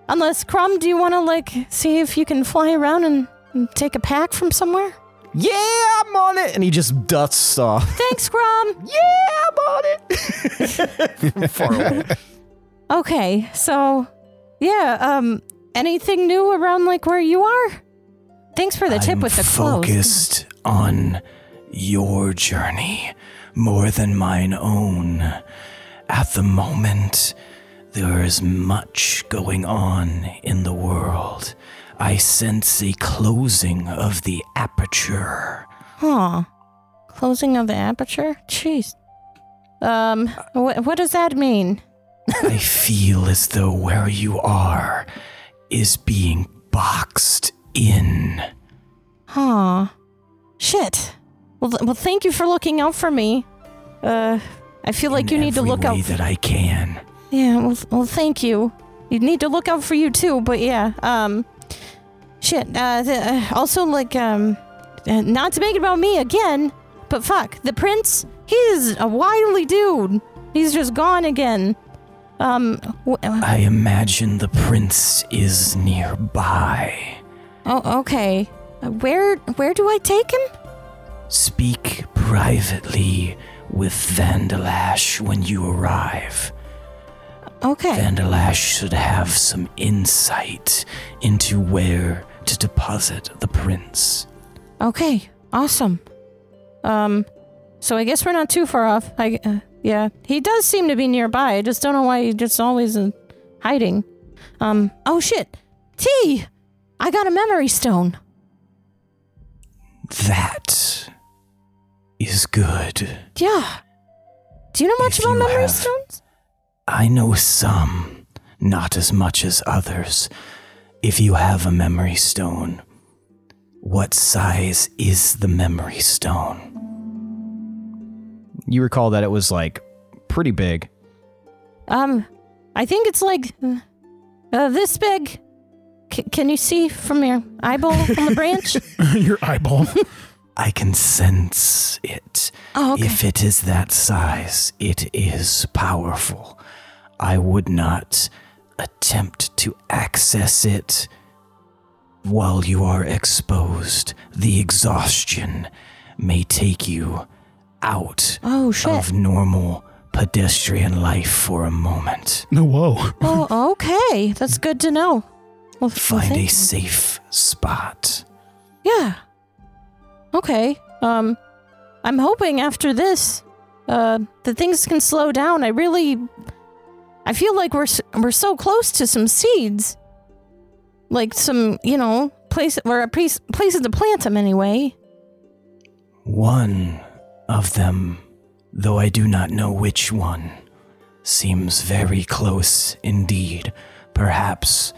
S1: Unless Crumb, do you want to like see if you can fly around and, and take a pack from somewhere?
S2: yeah, I'm on it. And he just dusts
S1: (laughs)
S2: off.
S1: Thanks, Crumb.
S2: yeah, I'm on it. Far away.
S1: Okay, so yeah, um anything new around like where you are? Thanks for the tip
S8: I'm
S1: with the clothes.
S8: focused on your journey more than mine own. At the moment, there is much going on in the world. I sense a closing of the aperture.
S1: Huh. Closing of the aperture? Jeez. Um wh- what does that mean?
S8: I feel as though where you are is being boxed in.
S1: Huh. Shit. Well, th- well thank you for looking out for me. Uh I feel like you
S8: in
S1: need to
S8: every
S1: look out
S8: way that I can.
S1: Yeah, well, well, thank you. You need to look out for you too, but yeah, um, shit. Uh, th- uh also, like, um, uh, not to make it about me again, but fuck, the prince, he's a wily dude. He's just gone again. Um, w- uh,
S8: I imagine the prince is nearby.
S1: oh, okay. Uh, Where, where do I take him?
S8: Speak privately with Vandalash when you arrive.
S1: Okay.
S8: Vandalash should have some insight into where to deposit the prince.
S1: Okay. Awesome. Um, so I guess we're not too far off. I, uh, yeah, he does seem to be nearby. I just don't know why he's just always in hiding. Um, oh shit, T, I got a memory stone.
S8: That is good.
S1: Yeah. Do you know much
S8: If
S1: about
S8: you
S1: memory
S8: have-
S1: stones?
S8: I know some, not as much as others. If you have a memory stone, what size is the memory stone?
S2: You recall that it was like pretty big.
S1: Um, I think it's like uh, uh, this big. C- can you see from your eyeball
S8: (laughs)
S1: on the branch?
S4: (laughs) Your eyeball.
S8: I can sense it.
S1: Oh, okay.
S8: If it is that size, it is powerful. I would not attempt to access it while you are exposed. The exhaustion may take you out
S1: oh shit.
S8: of normal pedestrian life for a moment.
S4: no, whoa.
S1: oh, okay. That's good to know. Well, well,
S8: Find
S1: thank
S8: a
S1: you.
S8: safe spot.
S1: Yeah. Okay. Um, I'm hoping after this, uh, that things can slow down. I really, I feel like we're s- we're so close to some seeds, like some you know place or a place places to plant them anyway.
S8: One of them, though I do not know which one, seems very close indeed. Perhaps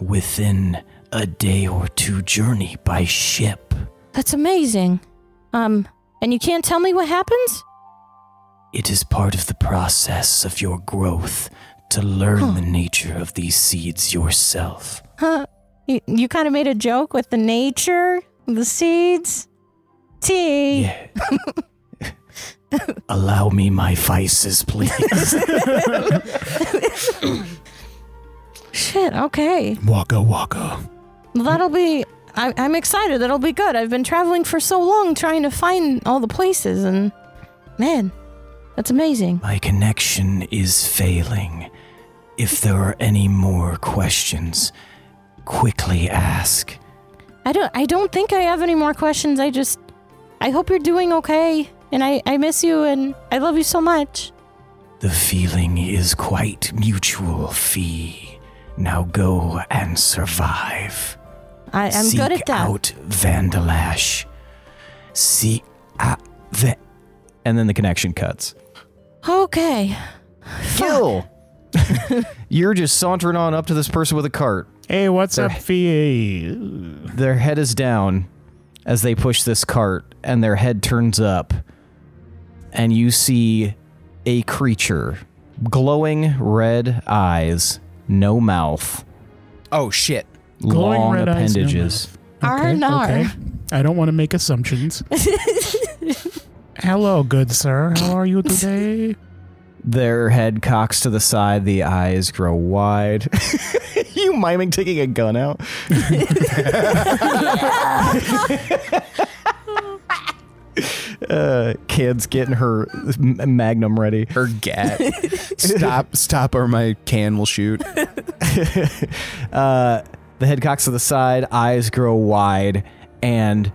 S8: within a day or two journey by ship.
S1: That's amazing. Um, and you can't tell me what happens?
S8: It is part of the process of your growth to learn the nature of these seeds yourself. (laughs)
S1: Huh? You, you kind of made a joke with the nature, the seeds. Tea.
S8: Yeah. Allow me my vices, please.
S1: Shit, okay.
S3: Waka waka.
S1: Well, That'll be. I, I'm excited. That'll be good. I've been traveling for so long trying to find all the places, and man, that's amazing.
S8: my connection is failing. If there are any more questions, quickly ask.
S1: I don't. I don't think I have any more questions. I just. I hope you're doing okay, and I I miss you, and I love you so much.
S8: The feeling is quite mutual, Fee. Now go and survive.
S1: I, I'm
S8: Seek
S1: good at that.
S8: out Vandalash. Seek out the.
S2: And then the connection cuts.
S1: Okay.
S2: Gil, (laughs) you're just sauntering on up to this person with a cart.
S4: Hey, what's
S2: They're-
S4: up, Fee?
S2: Their head is down as they push this cart, and their head turns up, and you see a creature, glowing red eyes, no mouth,
S7: Oh shit.
S4: Glowing
S2: long
S4: red eyes, no
S2: appendages.
S1: Arnar.
S4: I don't want to make assumptions. Hello, good sir. How
S2: (laughs)
S4: are you today?
S2: Their head cocks to the side, the eyes grow wide. (laughs) you miming taking a
S4: (laughs)
S2: gun out? uh, kids getting her m- magnum ready.
S7: Her
S2: (laughs)
S7: gat. stop, stop, or my can will shoot.
S2: Uh, the head cocks to the side, eyes grow wide, and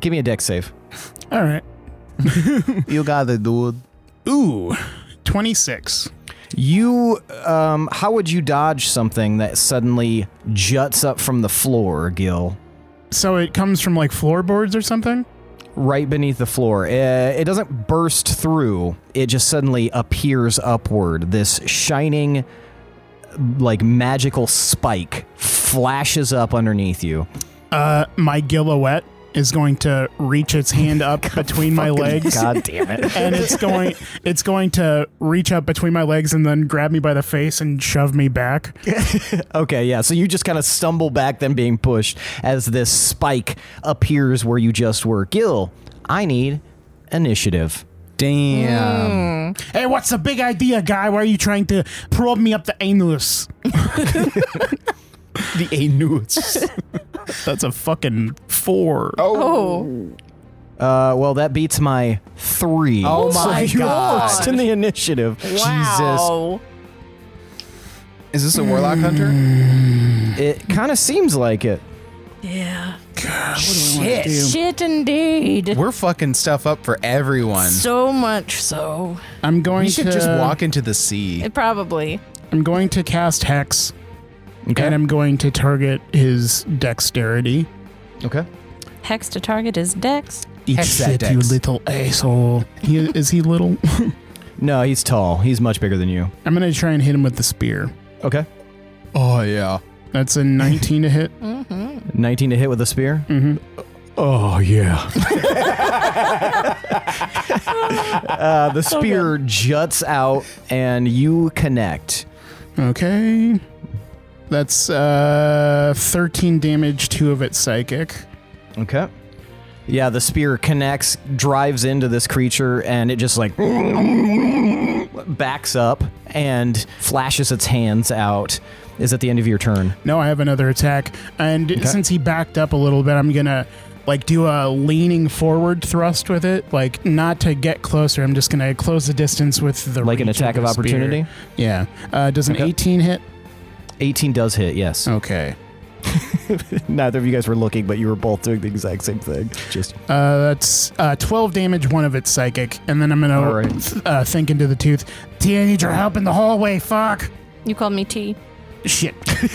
S2: give me a deck save.
S4: All
S7: (laughs)
S4: right.
S2: You got it, dude.
S4: Ooh, 26.
S2: You, um, how would you dodge something that suddenly juts up from the floor, Gil?
S4: So it comes from like floorboards or something?
S2: right beneath the floor. Uh, It doesn't burst through, it just suddenly appears upward. This shining, like magical spike flashes up underneath you.
S4: Uh, my Gillowette is going to reach its hand
S2: (laughs)
S4: up between my legs.
S2: God damn it.
S4: (laughs) And it's going, it's going to reach up between my legs and then grab me by the face and shove me back.
S2: Okay, yeah. So you just kind of stumble back, then being pushed as this spike appears where you just were. Gil, I need initiative. Hmm.
S7: Damn.
S4: Hey, what's the big idea, guy? Why are you trying to probe me up the
S7: (laughs)
S4: anus?
S7: The anus.
S2: (laughs)
S4: That's a fucking four. Oh,
S1: Oh,
S2: Uh, well, that beats my three.
S7: Oh my
S2: so you
S7: God.
S2: lost in the initiative.
S1: wow.
S7: Is this a warlock hunter?
S2: Hmm. It kind of seems like it.
S1: Yeah.
S7: Shit.
S1: Shit, indeed.
S7: We're fucking stuff up for everyone.
S1: So much so.
S4: I'm going
S7: we should
S4: to
S7: just walk into the sea.
S1: It probably.
S4: I'm going to cast hex, and I'm going to target his dexterity.
S2: Okay.
S1: Hex to target is Dex.
S7: Eat
S4: Hex it, you little asshole. (laughs) He, is he little? (laughs)
S2: No, he's tall. He's much bigger than you.
S4: I'm gonna try and hit him with the spear.
S2: Okay.
S7: Oh yeah.
S4: That's a 19 to hit.
S7: (laughs)
S1: Hmm.
S2: 19 to hit with a spear.
S4: hmm
S2: Oh, yeah. (laughs) uh, the spear juts out and you (laughs) connect.
S4: Okay, that's uh 13 damage, two of it psychic.
S2: Okay. Yeah, the spear connects, drives into this creature, and it just like backs up and flashes its hands out. Is at the end of your turn.
S4: No, I have another attack, and since he backed up a little bit, I'm gonna like do a leaning forward thrust with it, like not to get closer. I'm just gonna close the distance with the
S2: Like an
S4: reach
S2: attack of
S4: the spear.
S2: opportunity?
S4: Yeah. Uh, does an
S2: Okay.
S4: 18 hit?
S2: 18 does hit, yes.
S4: Okay.
S2: (laughs) Neither of you guys were looking, but you were both doing the exact same thing. Just
S4: Uh, that's uh, 12 damage, one of it's psychic, and then I'm gonna
S2: All right.
S4: uh, think into the tooth. T, I need your help in the hallway. Fuck.
S1: You called me T.
S4: Shit. (laughs)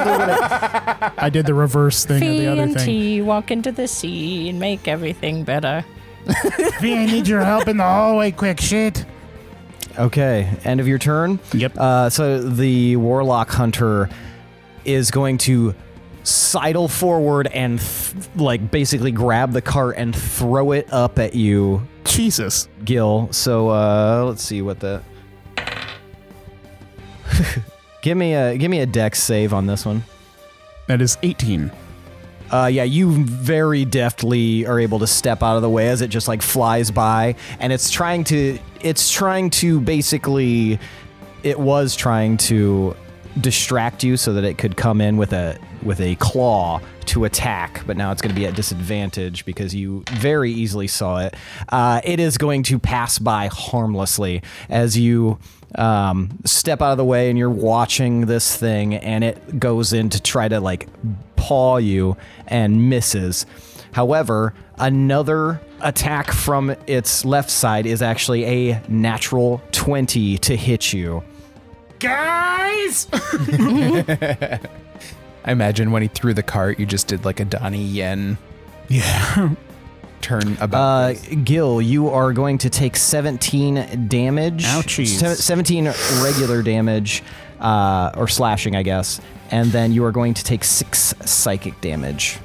S4: I did the reverse thing
S1: Fee
S4: of the
S1: and
S4: other thing.
S1: T walk into the sea and make everything better.
S4: Fee, I need your help in the hallway. Quick, shit.
S2: Okay, end of your turn.
S4: Yep.
S2: Uh, so the warlock hunter is going to sidle forward and th- like basically grab the cart and throw it up at you,
S4: Jesus.
S2: Gil. So uh, let's see what the give me a give me a dex save on this one.
S4: That is 18.
S2: Uh, yeah, you very deftly are able to step out of the way as it just like flies by, and it's trying to. It's trying to basically. It was trying to distract you so that it could come in with a with a claw to attack, but now it's going to be at disadvantage because you very easily saw it. Uh, it is going to pass by harmlessly as you um, step out of the way and you're watching this thing, and it goes in to try to like paw you and misses. However, another attack from its left side is actually a natural 20 to hit you.
S4: Guys!
S7: I imagine when he threw the cart, you just did like a Donnie Yen (laughs)
S4: Yeah.
S7: turn about.
S2: Uh, Gil, you are going to take 17 damage.
S4: Ouchies.
S2: Se- 17 regular damage, uh, or slashing, I guess. And then you are going to take six psychic damage.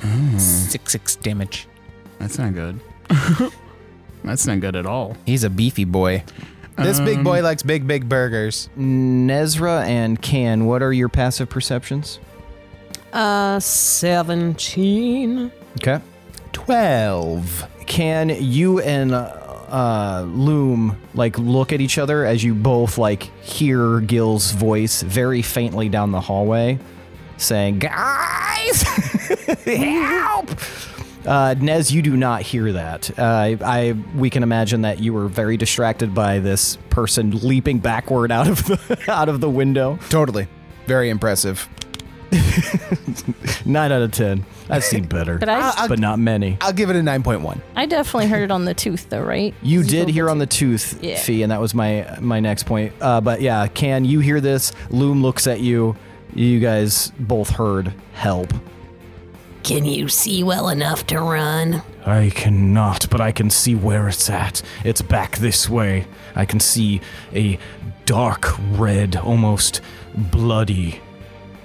S7: Mm. six six damage.
S4: That's not (laughs) good. That's not good at all.
S7: He's a beefy boy. This big
S4: Um,
S7: boy likes big big burgers.
S2: Nezra and Can, what are your passive perceptions?
S5: Uh, 17.
S2: Okay.
S7: Twelve.
S2: Can you and uh, Loom like look at each other as you both like hear Gil's voice very faintly down the hallway, saying, "Guys, help!" Uh, Nez, you do not hear that. Uh, I, I we can imagine that you were very distracted by this person leaping backward out of the (laughs) out of the window.
S7: Totally. Very impressive.
S2: (laughs) Nine out of ten. I've seen better,
S1: But I,
S2: but not many.
S7: I'll give it a nine point one.
S1: I definitely heard it on the tooth, though, right?
S2: You did hear on the tooth
S1: Yeah.
S2: fee, and that was my my next point. Uh, but yeah, can you hear this? Loom looks at you. You guys both heard help.
S6: Can you see well enough to run?
S2: I cannot, but I can see where it's at. It's back this way. I can see a dark red, almost bloody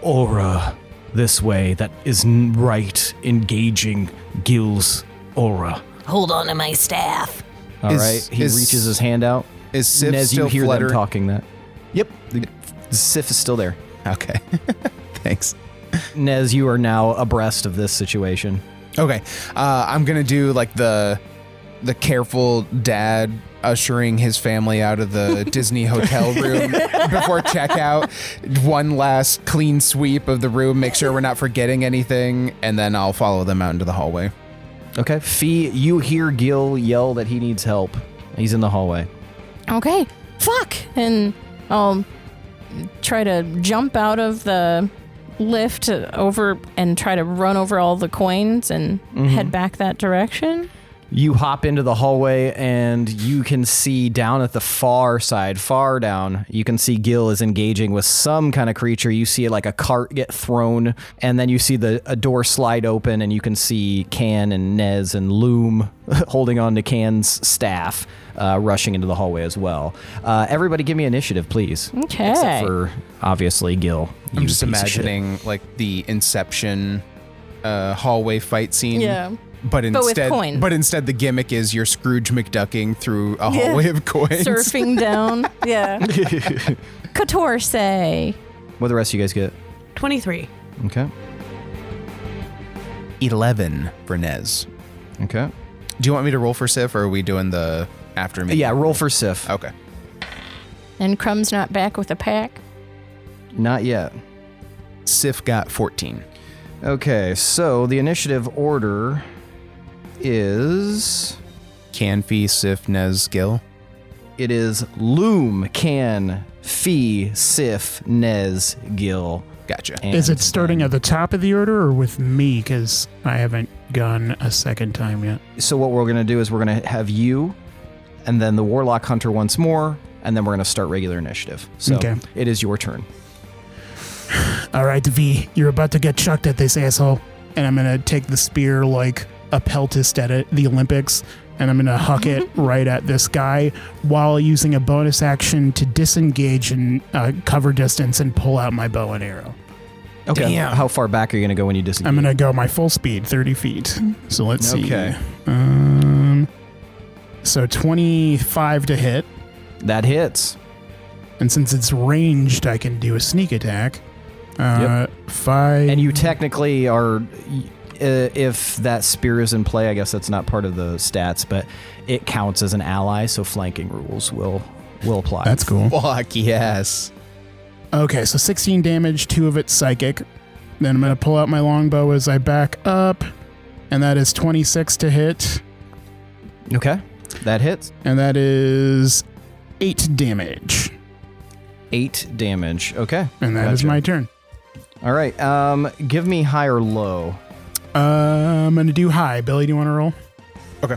S2: aura this way that is n- right engaging Gil's aura.
S6: Hold on to my staff.
S2: All right,
S7: Is-
S2: he
S7: is-
S2: reaches his hand out.
S7: Is Sif
S2: Nez,
S7: still
S2: you hear
S7: flutter-
S2: them talking that. Yep, the, the Sif is still there.
S7: Okay. Thanks.
S2: Nez, you are now abreast of this situation.
S7: Okay. Uh, I'm gonna do like the the careful dad ushering his family out of (laughs) the Disney hotel (laughs) room before checkout. One last clean sweep of the room, make sure we're not forgetting anything, and then I'll follow them out into the hallway.
S2: Okay. Fee, you hear Gil yell that he needs help. He's in the hallway.
S1: Okay, fuck! And I'll try to jump out of the lift over and try to run over all the coins and
S7: Mm-hmm.
S1: head back that direction.
S2: You hop into the hallway and you can see down at the far side, far down, you can see Gil is engaging with some kind of creature. You see like a cart get thrown, and then you see the a door slide open, and you can see Can and Nez and Loom (laughs) holding on to Can's staff, uh, rushing into the hallway as well. Uh, everybody, give me initiative, please.
S1: Okay.
S2: Except for obviously Gil.
S7: I'm
S2: you
S7: just
S2: piece of shit.
S7: imagining like the Inception uh, hallway fight scene. But
S1: with
S7: instead,
S1: coins.
S7: but instead, the gimmick is you're Scrooge McDucking through a hallway
S1: (laughs)
S7: of coins. (laughs)
S1: surfing down. Yeah. Couture say.
S2: What do the rest of you guys get?
S5: 23.
S2: Okay.
S7: Eleven for Nez.
S2: Okay.
S7: Do you want me to roll for Sif, or are we doing the after me?
S2: Yeah, roll for Sif.
S7: Okay.
S1: And Crumb's not back with a pack.
S2: Not yet.
S7: Sif got 14.
S2: Okay, so the initiative order is
S7: Canfi, Sif, Nez, Gil.
S2: it is Loom, Can, Fee, Sif, Nez, Gil.
S7: Gotcha.
S2: and
S4: Is it starting at the top of the order or with me? Because I haven't gone a second time yet.
S2: So what we're gonna do is we're gonna have you, and then the Warlock Hunter once more, and then we're gonna start regular initiative. So
S4: Okay.
S2: it is your turn.
S4: All right, V, you're about to get chucked at this asshole. And I'm going to take the spear like a peltist at it, the Olympics, and I'm going to huck it right at this guy while using a bonus action to disengage and uh, cover distance and pull out my bow and arrow.
S2: Okay. How far back are you gonna go when you disengage?
S4: I'm going to go my full speed, 30 feet. So let's see.
S2: Okay.
S4: Um, so 25 to hit.
S2: that hits.
S4: And since it's ranged, I can do a sneak attack. Uh, Five.
S2: And you technically are, y- uh, if that spear is in play, I guess that's not part of the stats, but it counts as an ally, so flanking rules will will apply.
S4: That's cool.
S7: Fuck yes.
S4: Okay, so 16 damage, two of it psychic. Then I'm going to pull out my longbow as I back up, and that is 26 to hit,
S2: okay. That hits
S4: and that is 8 damage.
S2: eight damage. Okay,
S4: And that is
S2: Gotcha.
S4: my turn.
S2: all right. Um, give me high or low.
S4: Uh, I'm going to do high. Billy, do you want to roll?
S7: Do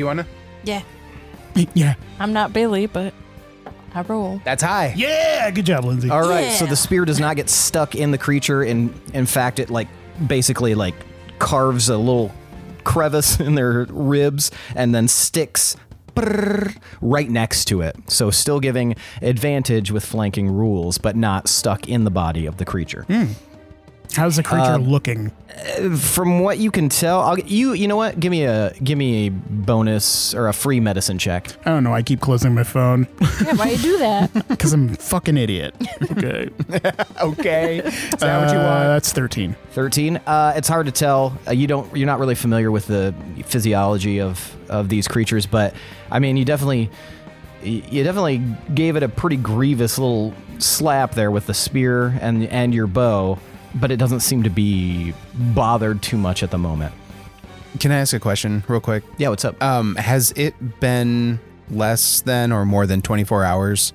S7: you want to?
S4: (laughs) yeah.
S1: I'm not Billy, but I roll.
S7: That's high.
S4: Yeah, good job, Lindsay.
S2: All right, so
S1: Yeah.
S2: the spear does not get stuck in the creature, and in fact, it like basically like carves a little crevice (laughs) in their ribs and then sticks brrr, right next to it. So still giving advantage with flanking rules, but not stuck in the body of the creature. Um,
S4: How's Hmm. the creature looking?
S2: From what you can tell, I'll, you you know what? Give me a give me a bonus or a free medicine check.
S4: I don't know. Oh, I keep closing my phone
S1: Yeah, why you do that?
S4: because I'm a fucking
S2: (laughs)
S4: idiot. Okay.
S7: (laughs) Okay. Is that what you
S4: Uh,
S7: want?
S4: that's 13.
S2: 13 uh, it's hard to tell uh, you don't you're not really familiar with the physiology of of these creatures but i mean you definitely you definitely gave it a pretty grievous little slap there with the spear and and your bow but it doesn't seem to be bothered too much at the moment
S7: Can I ask a question real quick?
S2: yeah what's up
S7: Um, has it been less than or more than 24 hours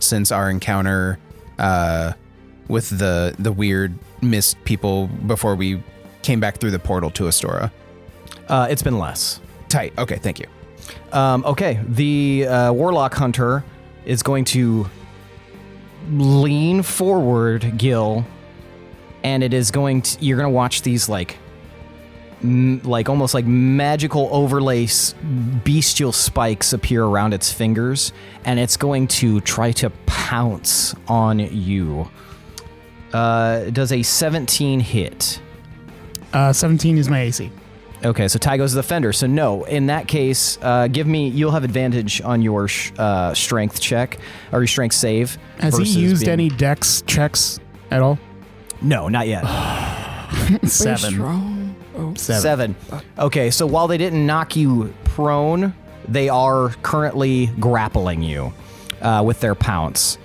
S7: since our encounter uh, with the the weird mist people before we came back through the portal to Astora?
S2: uh, it's been less
S7: Tight. Okay, thank you.
S2: Um, okay, the uh, warlock hunter is going to lean forward, Gil, and it is going to. You're going to watch these like, m- like almost like magical overlace bestial spikes appear around its fingers, and it's going to try to pounce on you. Uh, does a 17 hit?
S4: Uh, 17 is my AC.
S2: Okay, so tie goes to the fender. So no, in that case, uh, give me. You'll have advantage on your sh- uh, strength check or your strength save.
S4: Has he
S2: versus
S4: used
S2: being-
S4: any dex checks at all? (laughs)
S2: No, not yet.
S4: Seven.
S1: Strong.
S4: Seven.
S2: Seven. Okay, so while they didn't knock you prone, they are currently grappling you uh, with their pounce,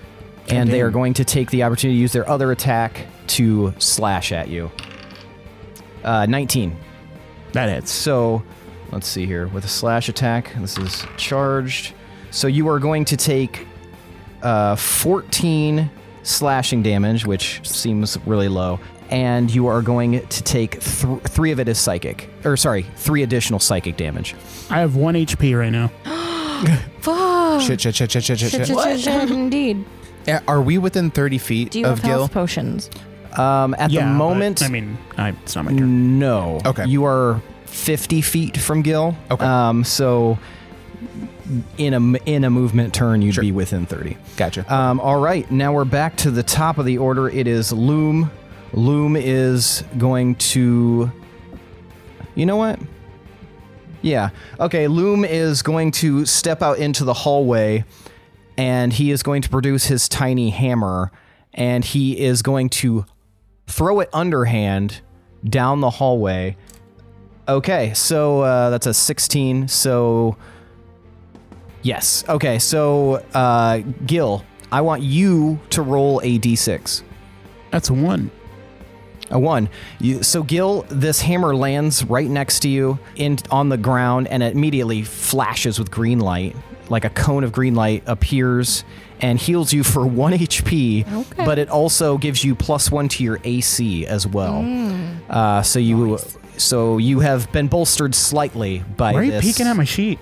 S2: and they are going to take the opportunity to use their other attack to slash at you. Uh, Nineteen.
S4: That hits.
S2: So, let's see here. With a slash attack, this is charged. So you are going to take uh, 14 slashing damage, which seems really low, and you are going to take th- three of it as psychic, or sorry, three additional psychic damage.
S4: I have one HP right now.
S7: (gasps)
S1: Fuck.
S7: Shit, shit, shit, shit, shit, shit, shit.
S1: Shit, shit, shit, shit, Indeed.
S7: (laughs) Uh, Are we within 30 feet
S1: Do you
S7: of
S1: have
S7: Gil?
S1: health potions?
S2: Um, at
S4: yeah,
S2: the
S4: but,
S2: moment,
S4: I mean, I, it's not my turn.
S2: no.
S7: Okay.
S2: You are 50 feet from Gil.
S7: Okay.
S2: Um, so in a in a movement turn, you'd be within 30.
S7: Gotcha.
S2: Um, all right, now we're back to the top of the order. It is Loom. Loom is going to. You know what? Yeah. Okay, Loom is going to step out into the hallway and he is going to produce his tiny hammer and he is going to throw it underhand down the hallway. Okay, so uh, that's a 16. So Yes. Okay. So, uh, Gil, I want you to roll a d6.
S4: That's one.
S2: A one. You, so, Gil, this hammer lands right next to you in on the ground, and it immediately flashes with green light. Like a cone of green light appears and heals you for one HP, but it also gives you plus one to your AC as well. Uh, so you, so you have been bolstered slightly by
S4: Why are you
S2: this
S4: peeking at my sheet?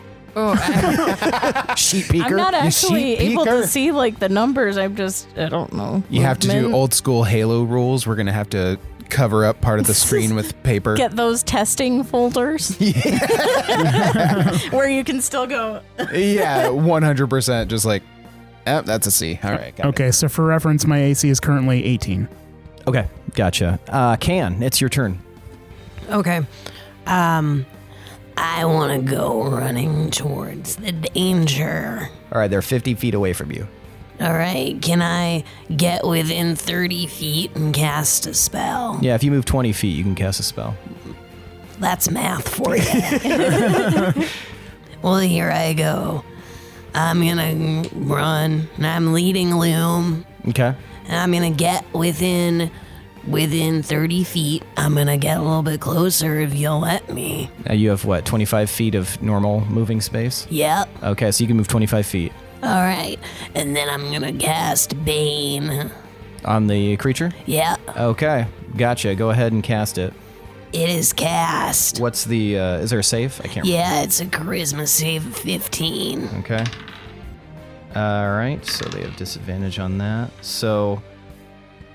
S2: sheet peeker.
S1: I'm not actually
S7: sheep
S1: able
S7: peeker.
S1: to see like the numbers. I'm just I don't know.
S7: you have to do
S1: Movement.
S7: old school Halo rules. We're going to have to cover up part of
S1: (laughs)
S7: the screen with paper.
S1: get those
S7: (laughs)
S1: testing folders (laughs) where you can still go.
S7: (laughs) yeah, 100%. Just like, eh, that's a C. All right. Got it.
S4: Okay, so for reference, my AC is currently 18.
S2: okay, gotcha. Uh, Can, it's your turn.
S6: Okay. Um, I want to go running towards the danger.
S2: All right, they're 50 feet away from you.
S6: All right, can I get within 30 feet and cast a spell?
S2: Yeah, if you move 20 feet, you can cast a spell.
S6: That's math for you. (laughs) well, here I go. I'm gonna run, and I'm leading Loom,
S2: Okay.
S6: and I'm gonna get within within 30 feet. I'm gonna get a little bit closer if you'll let me.
S2: Now you have what, 25 feet of normal moving space?
S6: Yep.
S2: Okay, so you can move 25 feet
S6: All right, and then I'm gonna cast Bane.
S2: on the creature.
S6: Yep,
S2: Okay, gotcha. Go ahead and cast it.
S6: it is cast.
S2: What's the? Uh, is there a save? I can't.
S6: Yeah, it's a charisma save of 15.
S2: remember. Okay. All right. So they have disadvantage on that. So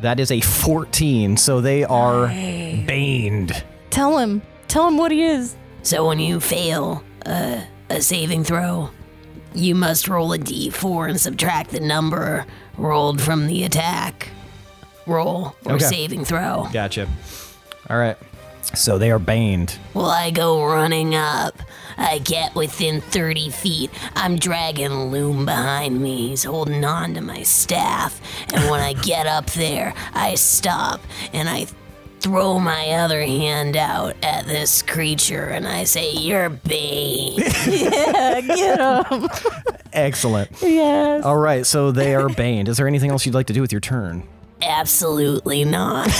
S2: that is a 14. So they are baned.
S1: Tell him. Tell him what he is.
S6: So when you fail a, a saving throw, you must roll a d4 and subtract the number rolled from the attack roll or
S2: Okay.
S6: saving throw.
S2: Gotcha. All right. So they are baned.
S6: Well, I go running up. I get within 30 feet. I'm dragging Loom behind me. He's holding on to my staff.
S2: (laughs)
S6: And when I get up there, I stop and I throw my other hand out at this creature and I say,
S2: (laughs)
S6: You're (laughs) Bane.
S1: Yeah, get him.
S2: Excellent.
S1: Yes.
S2: All right. So they are baned. Is there anything else you'd like to do with your
S1: (laughs)
S2: turn?
S6: Absolutely not.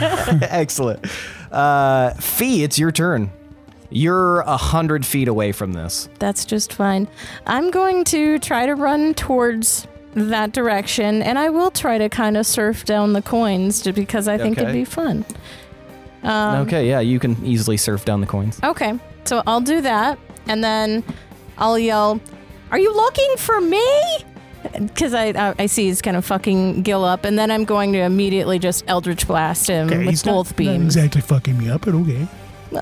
S2: Excellent. Uh, Fee, it's your turn. You're a hundred feet away from this.
S1: That's just fine. I'm going to try to run towards that direction, and I will try to kind of surf down the coins just because I think it'd
S2: Okay.
S1: be fun. Um,
S2: okay, yeah, you can easily surf down the coins.
S1: Okay, so I'll do that, and then I'll yell, "Are you looking for me?" Because I, I I see he's kind of fucking Gil up, and then I'm going to immediately just Eldritch blast him
S4: Okay,
S1: with
S4: he's not-
S1: both
S4: not
S1: beams.
S4: exactly fucking me up, but okay.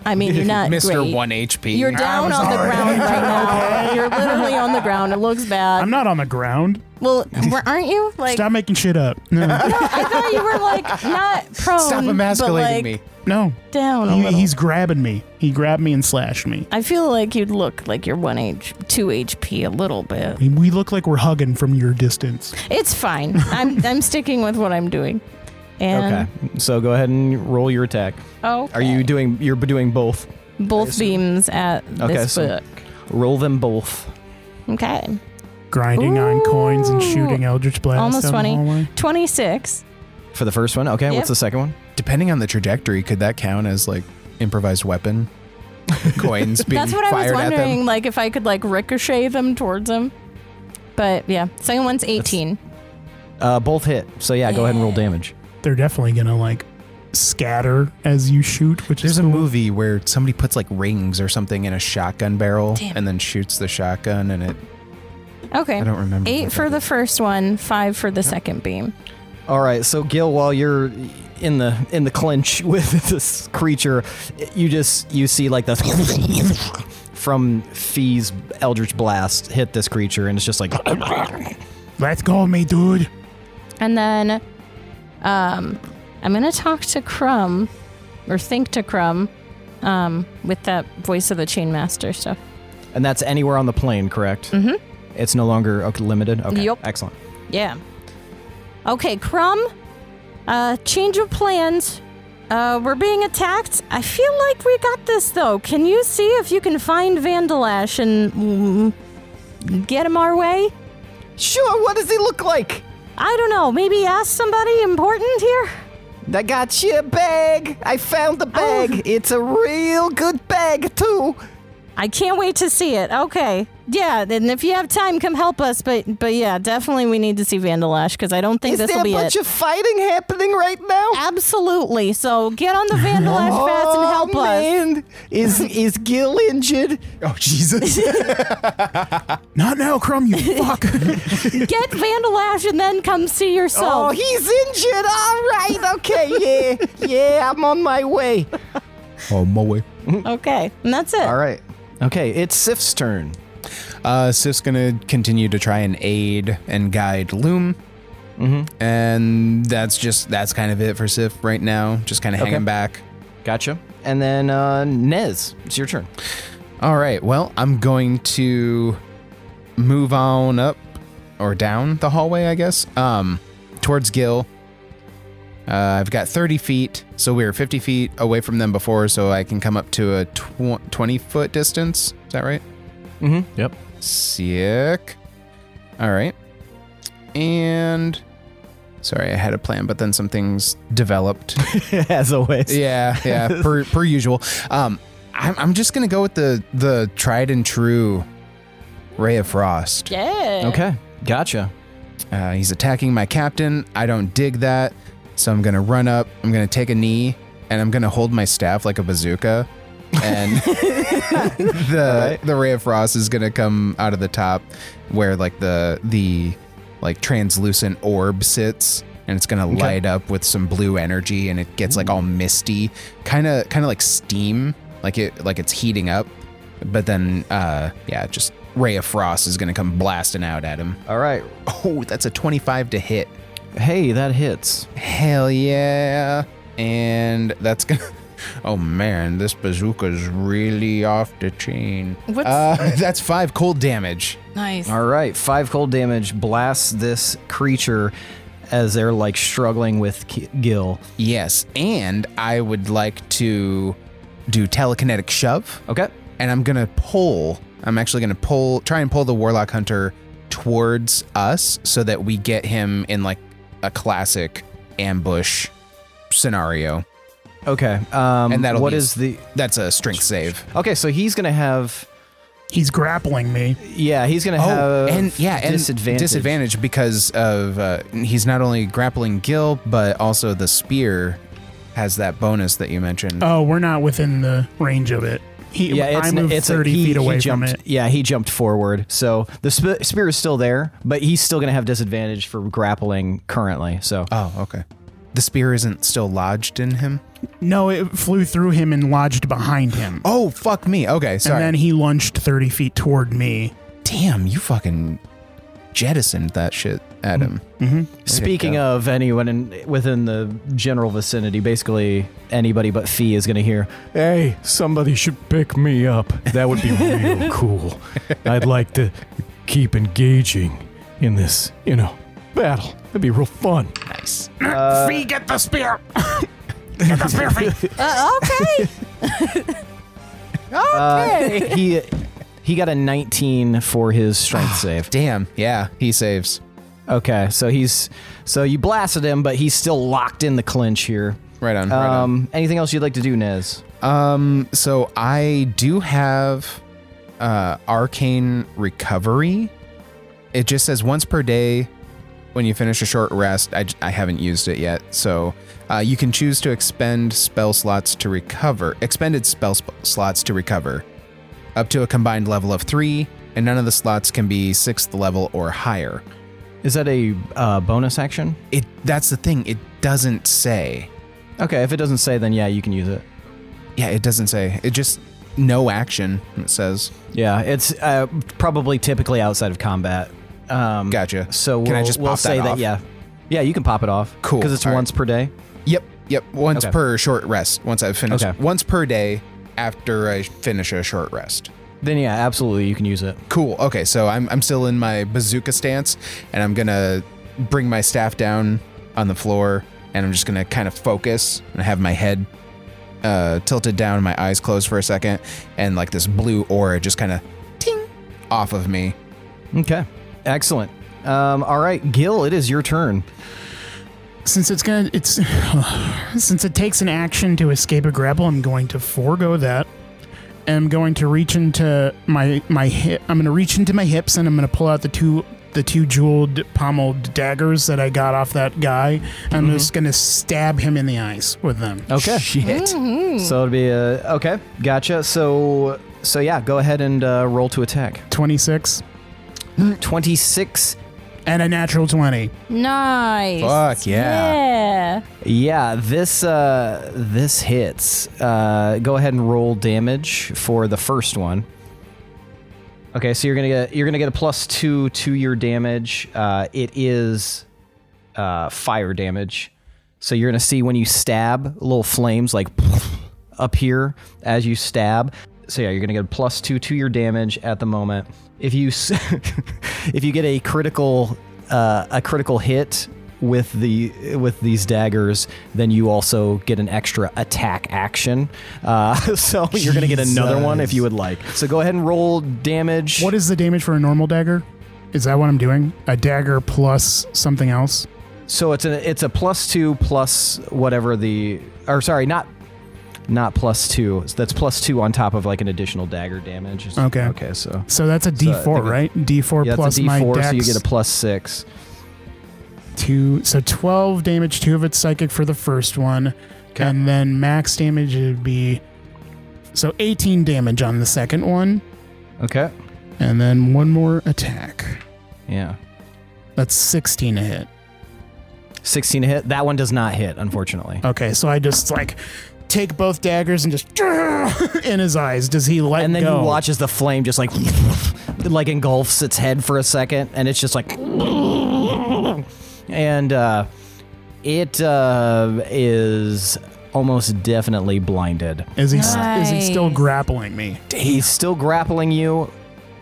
S1: I mean, you're not
S7: Mr.
S1: great.
S7: One HP.
S1: You're down on the
S4: (laughs)
S1: ground right now. You're literally on the ground. It looks bad.
S4: I'm not on the ground. (laughs)
S1: well, where- aren't you? Like,
S4: Stop making shit up. (laughs) No,
S1: I thought you
S4: (laughs)
S1: were like not prone,
S7: Stop
S1: but
S7: emasculating
S1: like Oh,
S7: me.
S4: no.
S1: down a
S4: He-
S1: little.
S4: he's grabbing me. He grabbed me and slashed me.
S1: I feel like you'd look like you're one H, two HP a little bit.
S4: We look like we're hugging from your distance.
S1: It's fine.
S7: (laughs)
S1: I'm I'm sticking with what I'm doing. And
S2: Okay, so go ahead and roll your attack.
S1: oh,
S2: Are you doing? You're doing both.
S1: both beams at
S2: Okay,
S1: this
S2: so-
S1: book?
S2: Roll them both.
S1: Okay,
S4: Grinding on coins and
S1: Ooh.
S4: shooting Eldritch Blast. down
S1: almost
S4: the
S1: twenty.
S4: hallway.
S1: Twenty six.
S2: For the first one, okay.
S1: Yep.
S2: What's the second one?
S7: Depending on the trajectory, could that count as like improvised
S1: (laughs)
S7: weapon? Coins being
S1: That's what I was
S7: fired at them.
S1: wondering. Like if I could like ricochet them towards him. But yeah, second one's eighteen.
S2: Uh, both hit. So yeah, go ahead and roll damage.
S4: They're definitely gonna like scatter as you shoot, which
S7: There's
S4: is
S7: a
S4: cool.
S7: movie where somebody puts like rings or something in a shotgun barrel and then shoots the shotgun, and it.
S1: Okay,
S7: I don't remember.
S1: eight
S7: what
S1: for the
S7: that
S1: first one, five for the second beam.
S2: All right, so Gil, while you're in the in the clinch (laughs) with this creature, you just you see like the (laughs) from Fee's Eldritch Blast hit this creature, and it's just like (coughs)
S4: Let's go, me dude.
S1: And then um, I'm going to talk to Crumb or think to Crumb um, with that voice of the Chainmaster stuff.
S2: And that's anywhere on the plane, correct? Mm-hmm. It's no longer okay, limited. Okay,
S1: Yup.
S2: excellent.
S1: Yeah. Okay, Crumb, uh, change of plans. Uh, we're being attacked. I feel like we got this, though. Can you see if you can find Vandalash and mm, get him our way?
S2: Sure. What does he look like?
S1: I don't know. Maybe ask somebody important here? Oh.
S2: I got you a bag. I found the bag. It's a real good bag too.
S1: I can't wait to see it. Okay. Yeah, and if you have time, come help us. But but yeah, definitely we need to see Vandalash because I don't think
S2: Is
S1: this will
S2: there a
S1: be
S2: bunch
S1: it.
S2: of fighting happening right now? Oh,
S1: Absolutely. So get on the Vandalash fast and help us.
S2: man. Is is Gil injured?
S7: Oh
S1: (laughs)
S7: Jesus!
S4: (laughs) Not now, Crumb. You fuck.
S1: Get Vandalash and then
S4: (laughs)
S1: come see yourself.
S2: Oh, he's injured. All right. Okay. Yeah. (laughs) Yeah. I'm on my way.
S7: oh my way.
S1: (laughs) okay, and that's it.
S2: All right. Okay. It's Sif's turn.
S7: Uh, Sif's gonna continue to try and aid and guide Loom, mm-hmm. and that's just that's kind of it for Sif right now. Just kind of
S2: Okay.
S7: hanging back.
S2: Gotcha. And then uh, Nez, it's your turn.
S7: All right. Well, I'm going to move on up or down the hallway, I guess, um, towards Gil. Uh, I've got 30 feet, so we were 50 feet away from them before, so I can come up to a tw- 20 foot distance. Is that right?
S2: Mm-hmm.
S9: Yep.
S7: Sick. All right. And sorry, I had a plan, but then some things
S2: (laughs)
S7: developed.
S2: As always.
S7: (laughs) yeah,
S2: (laughs)
S7: yeah, per, per usual. Um, I'm, I'm just gonna go with the the tried and true Ray of Frost.
S5: Yeah.
S2: Okay. Gotcha.
S7: Uh, he's attacking my captain. I don't dig that, so I'm gonna run up. I'm gonna take a knee, and I'm gonna hold my staff like a bazooka. And the the ray of frost is gonna come out of the top, where like the the like translucent orb sits, and it's gonna light up with some blue energy, and it gets like all
S2: Mm.
S7: misty, kind of kind of like steam, like it like it's heating up. But then, uh, yeah, just ray of frost is gonna come blasting out at him.
S2: All right.
S7: Oh, that's a 25 to hit.
S2: Hey, that hits.
S7: Hell yeah. And that's gonna. (laughs) Oh man, this bazooka's really off the chain.
S1: What's-
S7: Uh, (laughs) that's five cold damage.
S1: Nice.
S2: All right, five cold damage blasts this creature as they're like struggling with Ki- Gil.
S7: Yes, and I would like to do telekinetic shove,
S2: Okay.
S7: and I'm gonna pull. I'm actually gonna pull, try and pull the warlock hunter towards us so that we get him in like a classic ambush scenario.
S2: Okay. Um,
S7: And that'll
S2: what
S7: be a
S2: is the?
S7: That's a strength save.
S2: Okay, so he's gonna have.
S4: He's grappling me.
S2: Yeah, he's gonna
S7: Oh,
S2: have.
S7: and yeah, and
S2: disadvantage.
S7: disadvantage because of uh, he's not only grappling Gil, but also the spear has that bonus that you mentioned.
S4: Oh, we're not within the range of it. He,
S2: Yeah, it's,
S4: I
S2: n-
S4: moved
S2: it's a-
S4: 30
S2: he-
S4: feet
S2: he
S4: away from
S2: jumped,
S4: it.
S2: Yeah, he jumped forward, so the sp- spear is still there, but he's still gonna have disadvantage for grappling currently. So
S7: Oh, okay. The spear isn't still lodged in him.
S4: No, it flew through him and lodged behind him.
S7: Oh, fuck me. Okay, sorry.
S4: And then he lunged 30 feet toward me.
S7: Damn, you fucking jettisoned that shit at him.
S4: Mm-hmm.
S2: Mm-hmm. Speaking
S7: go.
S2: of anyone in, within the general vicinity, basically anybody but Fee is going to hear,
S9: Hey, somebody should pick me up. That would
S4: (laughs)
S9: be real cool. I'd like to keep engaging in this, you know, battle. That'd be real fun.
S2: Uh,
S4: Fee, get the spear! get the spear, Fee!
S1: (laughs) Uh,
S2: (laughs)
S1: okay.
S2: Uh, he he got a 19 for his strength save.
S7: Ah, Damn, yeah, he saves.
S2: Okay, so he's so you blasted him, but he's still locked in the clinch here.
S7: Right on. right on.
S2: Um, anything else you'd like to do, Nez?
S7: Um, so I do have uh arcane recovery. It just says once per day when you finish a short rest. I, j- I haven't used it yet. So uh, you can choose to expend spell slots to recover, expended spell sp- slots to recover up to a combined level of three, and none of the slots can be sixth level or higher.
S2: Is that a uh, bonus action?
S7: It that's the thing, it doesn't say.
S2: Okay, if it doesn't say, then yeah, you can use it.
S7: Yeah, it doesn't say. It just no action, it says.
S2: Yeah, it's uh, probably typically outside of combat. Um,
S7: Gotcha.
S2: So we'll,
S7: Can I just
S2: we'll
S7: pop that
S2: say that,
S7: off?
S2: yeah, yeah, you can pop it off.
S7: Cool,
S2: because it's
S7: all right.
S2: once per day.
S7: Yep, yep. Once
S2: Okay.
S7: per short rest. Once I've finished.
S2: Okay.
S7: Once per day after I finish a short rest.
S2: Then yeah, absolutely, you can use it.
S7: Cool. Okay, so I'm, I'm still in my bazooka stance and I'm going to bring my staff down on the floor and I'm just going to kind of focus and have my head uh, tilted down, my eyes closed for a second, and like this blue aura just kind of ting off of me.
S2: Okay, excellent. Um, all right, Gil, it is your turn.
S4: Since it's gonna, it's (sighs) since it takes an action to escape a grapple, I'm going to forego that. And I'm going to reach into my my hip. I'm gonna reach into my hips and I'm gonna pull out the two the two jeweled pommeled daggers that I got off that guy.
S2: Mm-hmm.
S4: I'm just gonna stab him in the eyes with them.
S2: Okay,
S7: Shit.
S2: so it'll be a okay. Gotcha. So so yeah, go ahead and uh, roll to attack.
S4: Twenty six
S2: Twenty six.
S4: and a natural twenty.
S1: nice.
S7: Fuck yeah.
S2: (laughs)
S1: Yeah.
S2: Yeah, this uh, this hits. Uh, go ahead and roll damage for the first one. Okay, so you're gonna get you're gonna get a plus two to your damage. Uh, it is uh, fire damage, so (laughs) you're gonna see when you stab, little flames like up here as you stab. So yeah, you're gonna get a plus two to your damage at the moment. If you s- (laughs) if you get a critical uh, a critical hit with the with these daggers, then you also get an extra attack action. Uh, (laughs) so you're gonna get another one if you would like. So go ahead and roll damage.
S4: What is the damage for a normal dagger? Is that what I'm doing? A dagger plus something else?
S2: So it's a it's a plus two plus whatever the or sorry not not plus two that's plus two on top of like an additional dagger damage. It's-
S4: Okay.
S2: Okay. So
S4: So that's a
S2: So I
S4: D4,
S2: think it-
S4: right? D4
S2: yeah,
S4: plus
S2: it's a D4,
S4: my dex.
S2: so you get a plus six.
S4: two, so 12 damage, two of it's psychic for the first one. And then max damage would be. So 18 damage on the second one.
S2: Okay.
S4: And then one more attack.
S2: Yeah.
S4: That's 16 to hit.
S2: 16 to hit. That one does not hit, unfortunately.
S4: Okay, so I just like take both daggers and just (laughs) in his eyes. Does he let
S2: and then
S4: go?
S2: you watch as the flame just like (laughs) like engulfs its head for a second and it's just like (laughs) and uh it uh is almost definitely blinded.
S4: Is he is he still
S1: Nice.
S4: grappling me?
S2: He's still grappling you.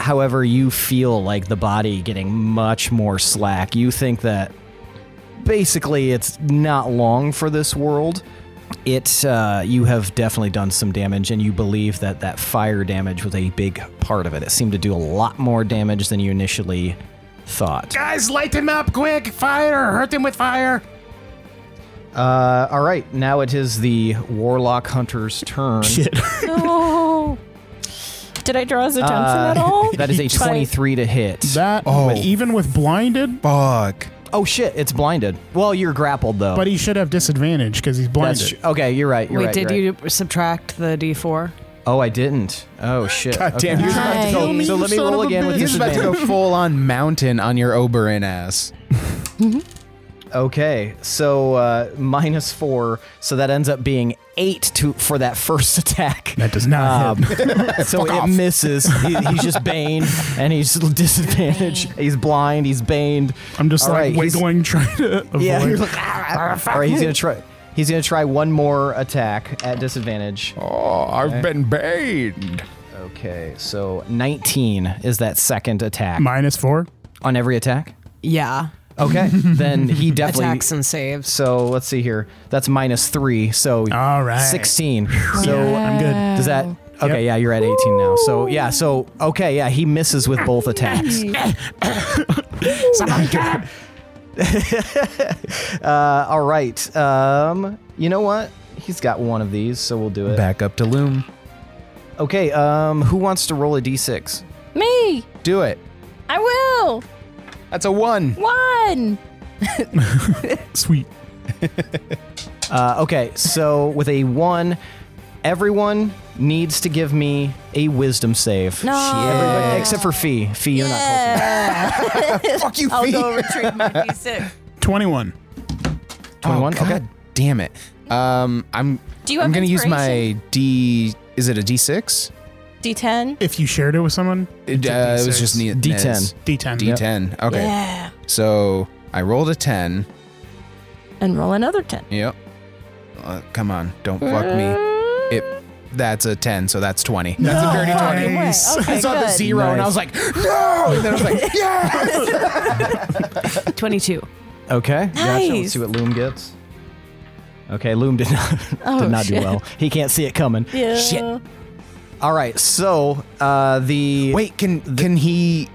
S2: However, you feel like the body getting much more slack. You think that basically it's not long for this world. It uh, you have definitely done some damage, and you believe that that fire damage was a big part of it. It seemed to do a lot more damage than you initially thought.
S4: Guys, light him up quick! Fire! Hurt him with fire!
S2: Uh, all right, now it is the warlock hunter's (laughs) turn.
S4: Shit.
S1: No. Oh. Did I draw his attention at all?
S2: Uh, (laughs) That is a twenty-three to hit.
S4: That
S7: Oh.
S4: even with blinded,
S7: Fuck.
S2: oh shit! It's blinded. Well, you're grappled though.
S4: but he should have disadvantage because he's blinded.
S2: Oh. That's tr- okay, you're right. You're
S5: Wait,
S2: right,
S5: did
S2: you're right.
S5: you subtract the D4?
S2: Oh, I didn't. Oh shit.
S7: God damn,
S2: Okay.
S7: you're
S1: about to kill
S2: So-
S1: me,
S2: So
S4: you
S2: let me
S4: son
S2: roll
S4: of a
S2: again with
S4: bitch.
S7: He's about to go
S2: disadvantage.
S7: full on mountain on your Oberon ass.
S2: Okay, so uh, minus four, so that ends up being eight to for that first (laughs) attack. Um,
S4: That does not hit. (laughs)
S2: so it misses. He, he's just Bane, and he's (laughs) disadvantage. He's blind. He's baned.
S4: I'm just
S2: all
S4: like
S2: right, he's-
S4: wiggling, trying to avoid.
S2: Yeah,
S7: (laughs)
S2: you're like, "Ah, ah, ah." all right. He's gonna try. He's gonna try one more attack at disadvantage.
S7: Oh, I've been banned.
S2: Okay, so 19 is that second attack
S4: Minus four.
S2: on every attack.
S5: Yeah. (laughs)
S2: Okay, then he definitely
S5: Attacks and saves.
S2: So let's see here. That's minus three. So
S4: All right.
S2: 16. So
S4: I'm good.
S2: does that. Okay, yeah, you're at 18 now. So yeah, so okay, yeah, he misses with
S5: (laughs)
S2: both attacks.
S4: Someone get him!
S2: (laughs) Uh, all right. Um, you know what? He's got one of these, so we'll do it.
S7: Back up to Loom.
S2: Okay. Um, who wants to roll a d6?
S1: Me.
S7: Do it.
S1: I will.
S7: That's a one.
S1: One.
S4: Sweet.
S2: (laughs) Uh, okay, so with a one, everyone needs to give me a wisdom save.
S1: No.
S2: Everybody, except for Fee. Fee, you're not. close enough.
S7: Fuck you,
S1: I'll
S7: Fee.
S1: go
S7: (laughs)
S1: retrieve my D6.
S4: Twenty-one.
S2: 21?
S7: God
S2: Okay.
S7: damn it. Um, I'm.
S1: Do you
S7: I'm
S1: have
S7: gonna use my
S1: inspiration?
S7: D. Is it a D6?
S1: D10.
S4: If you shared it with someone,
S7: It,
S4: it's a
S7: uh, it was
S4: D6.
S7: just ne-
S2: D10.
S7: Nez.
S4: D10.
S7: D10. Okay.
S1: Yeah.
S7: So I rolled a 10.
S1: And roll
S2: (laughs)
S1: another 10.
S7: Yep. Uh, come on, don't fuck me. It. That's a 10, so that's 20. That's a dirty 20.
S4: Nice.
S1: Okay,
S7: I saw the
S1: good.
S7: zero and I was like, no! And then I was
S1: (laughs)
S7: like, yeah!
S5: 22.
S2: Okay. Gotcha. Let's
S1: Nice.
S2: see what Loom gets. Okay, Loom did not (laughs)
S1: Oh,
S2: did not
S1: shit.
S2: do well. He can't see it coming.
S1: Yeah.
S2: All right, so uh, the
S7: Wait, can can he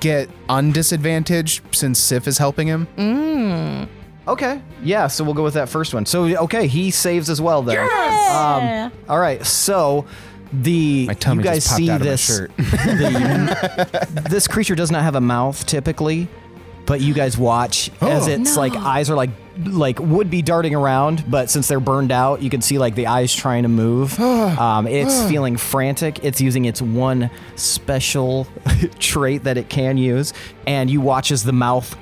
S7: get undisadvantaged since Sif is helping him?
S2: Mm. Okay, yeah. So we'll go with that first one. So okay, he saves as well then.
S1: Yeah.
S2: Um, all right, so the
S7: My tummy
S2: you guys
S7: just popped
S2: see
S7: out of my
S2: this
S7: shirt.
S2: the- this creature does not have a mouth typically, but you guys watch as its like eyes are like like would be darting around, but since they're burned out, you can see like the eyes trying to move. Um, it's feeling frantic. It's using its one special (laughs) trait that it can use, and you watch as the mouth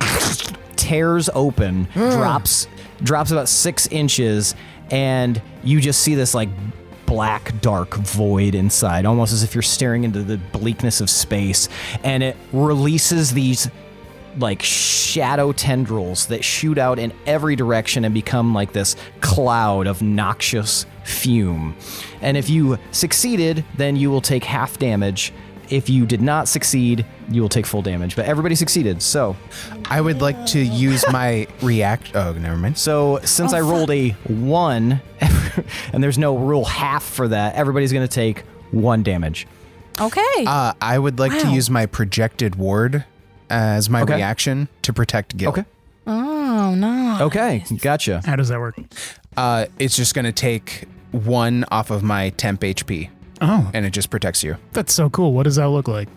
S2: (laughs) tears open, drops drops about six inches, and you just see this like black, dark void inside, almost as if you're staring into the bleakness of space. And it releases these like shadow tendrils that shoot out in every direction and become like this cloud of noxious fume. And if you succeeded, then you will take half damage. If you did not succeed, you will take full damage. But everybody succeeded, so.
S7: I would like to use my react. Oh, never mind.
S2: So since I rolled a one, (laughs) and there's no rule half for that, everybody's going to take one damage.
S1: Okay.
S7: Uh, I would like to
S1: Wow.
S7: use my projected ward as my
S2: Okay.
S7: reaction to protect Gil.
S2: Okay.
S1: (laughs) oh no.
S2: Okay, gotcha.
S4: How does that work?
S7: Uh, it's just going to take one off of my temp HP,
S4: Oh,
S7: and it just protects you.
S4: that's so cool. What does that look like?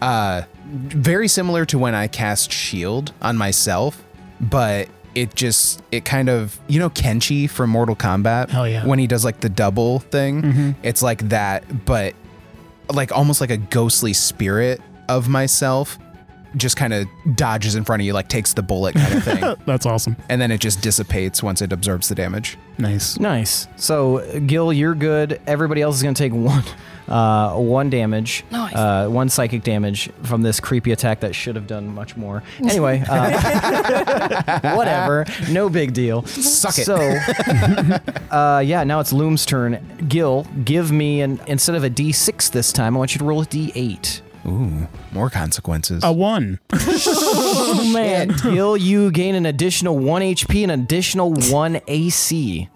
S7: Uh, very similar to when I cast Shield on myself, but it just it kind of you know Kenchi from Mortal Kombat.
S4: Hell yeah. Mm-hmm.
S7: When he does like the double thing, it's like that, but like almost like a ghostly spirit of myself just kind of dodges in front of you, like takes the bullet kind of thing.
S4: (laughs) That's awesome.
S7: and then it just dissipates once it absorbs the damage.
S4: Nice.
S2: Nice. So Gil, you're good. Everybody else is going to take (laughs) one, uh, one damage,
S6: Nice.
S2: uh, one psychic damage from this creepy attack that should have done much more. Anyway, uh, (laughs) whatever. No big deal.
S7: Suck it. (laughs)
S2: So, uh, yeah, now it's Loom's turn. Gil, give me an instead of a D6 this time. I want you to roll a D8.
S7: Ooh, more consequences.
S4: A
S2: (laughs)
S4: one.
S1: Oh man.
S2: Gil, you gain an additional one HP, and additional one AC.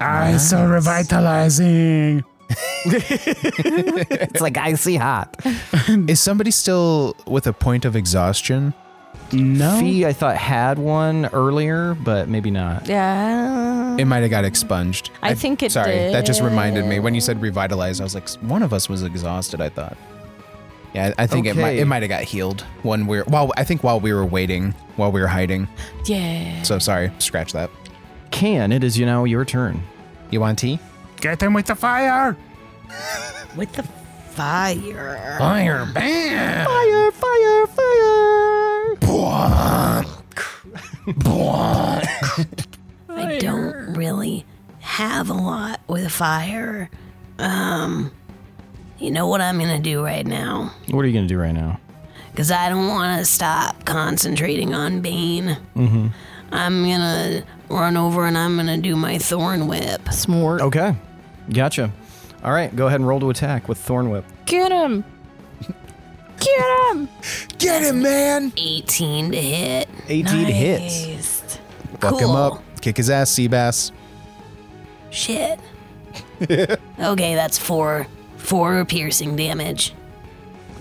S4: I so revitalizing.
S2: It's like icy hot.
S7: (laughs) Is somebody still with a point of exhaustion?
S4: No.
S2: Fee, I thought had one earlier, but maybe not.
S1: Yeah.
S7: It might have got expunged.
S1: I think it
S7: Sorry, that just
S1: did.
S7: reminded me. When you said revitalized, I was like, one of us was exhausted. I thought. Yeah, I I think it might
S2: Okay.
S7: it might have got healed when we're well. I think while we were waiting, while we were hiding.
S1: Yeah.
S7: So sorry, scratch that.
S2: Can, it is you know your turn.
S7: You want tea?
S4: Get them with the fire.
S6: With the fire.
S7: Fire, bam!
S2: Fire, fire, fire! (laughs)
S6: I don't really have a lot with fire. Um, you know what I'm gonna do right now?
S2: What are you gonna do right now?
S6: Because I don't want to stop concentrating on Bane.
S2: Mm-hmm.
S6: I'm gonna run over and I'm gonna do my Thorn Whip.
S1: Smart.
S2: Okay, gotcha. All right, go ahead and roll to attack with Thorn Whip.
S1: Get him. Get him.
S7: Get him, man!
S6: 18 to hit.
S2: 18 hits.
S1: Nice.
S7: Fuck him
S6: Cool.
S7: up. Kick his ass, Seabass.
S6: Shit. (laughs) okay, that's four. Four piercing damage.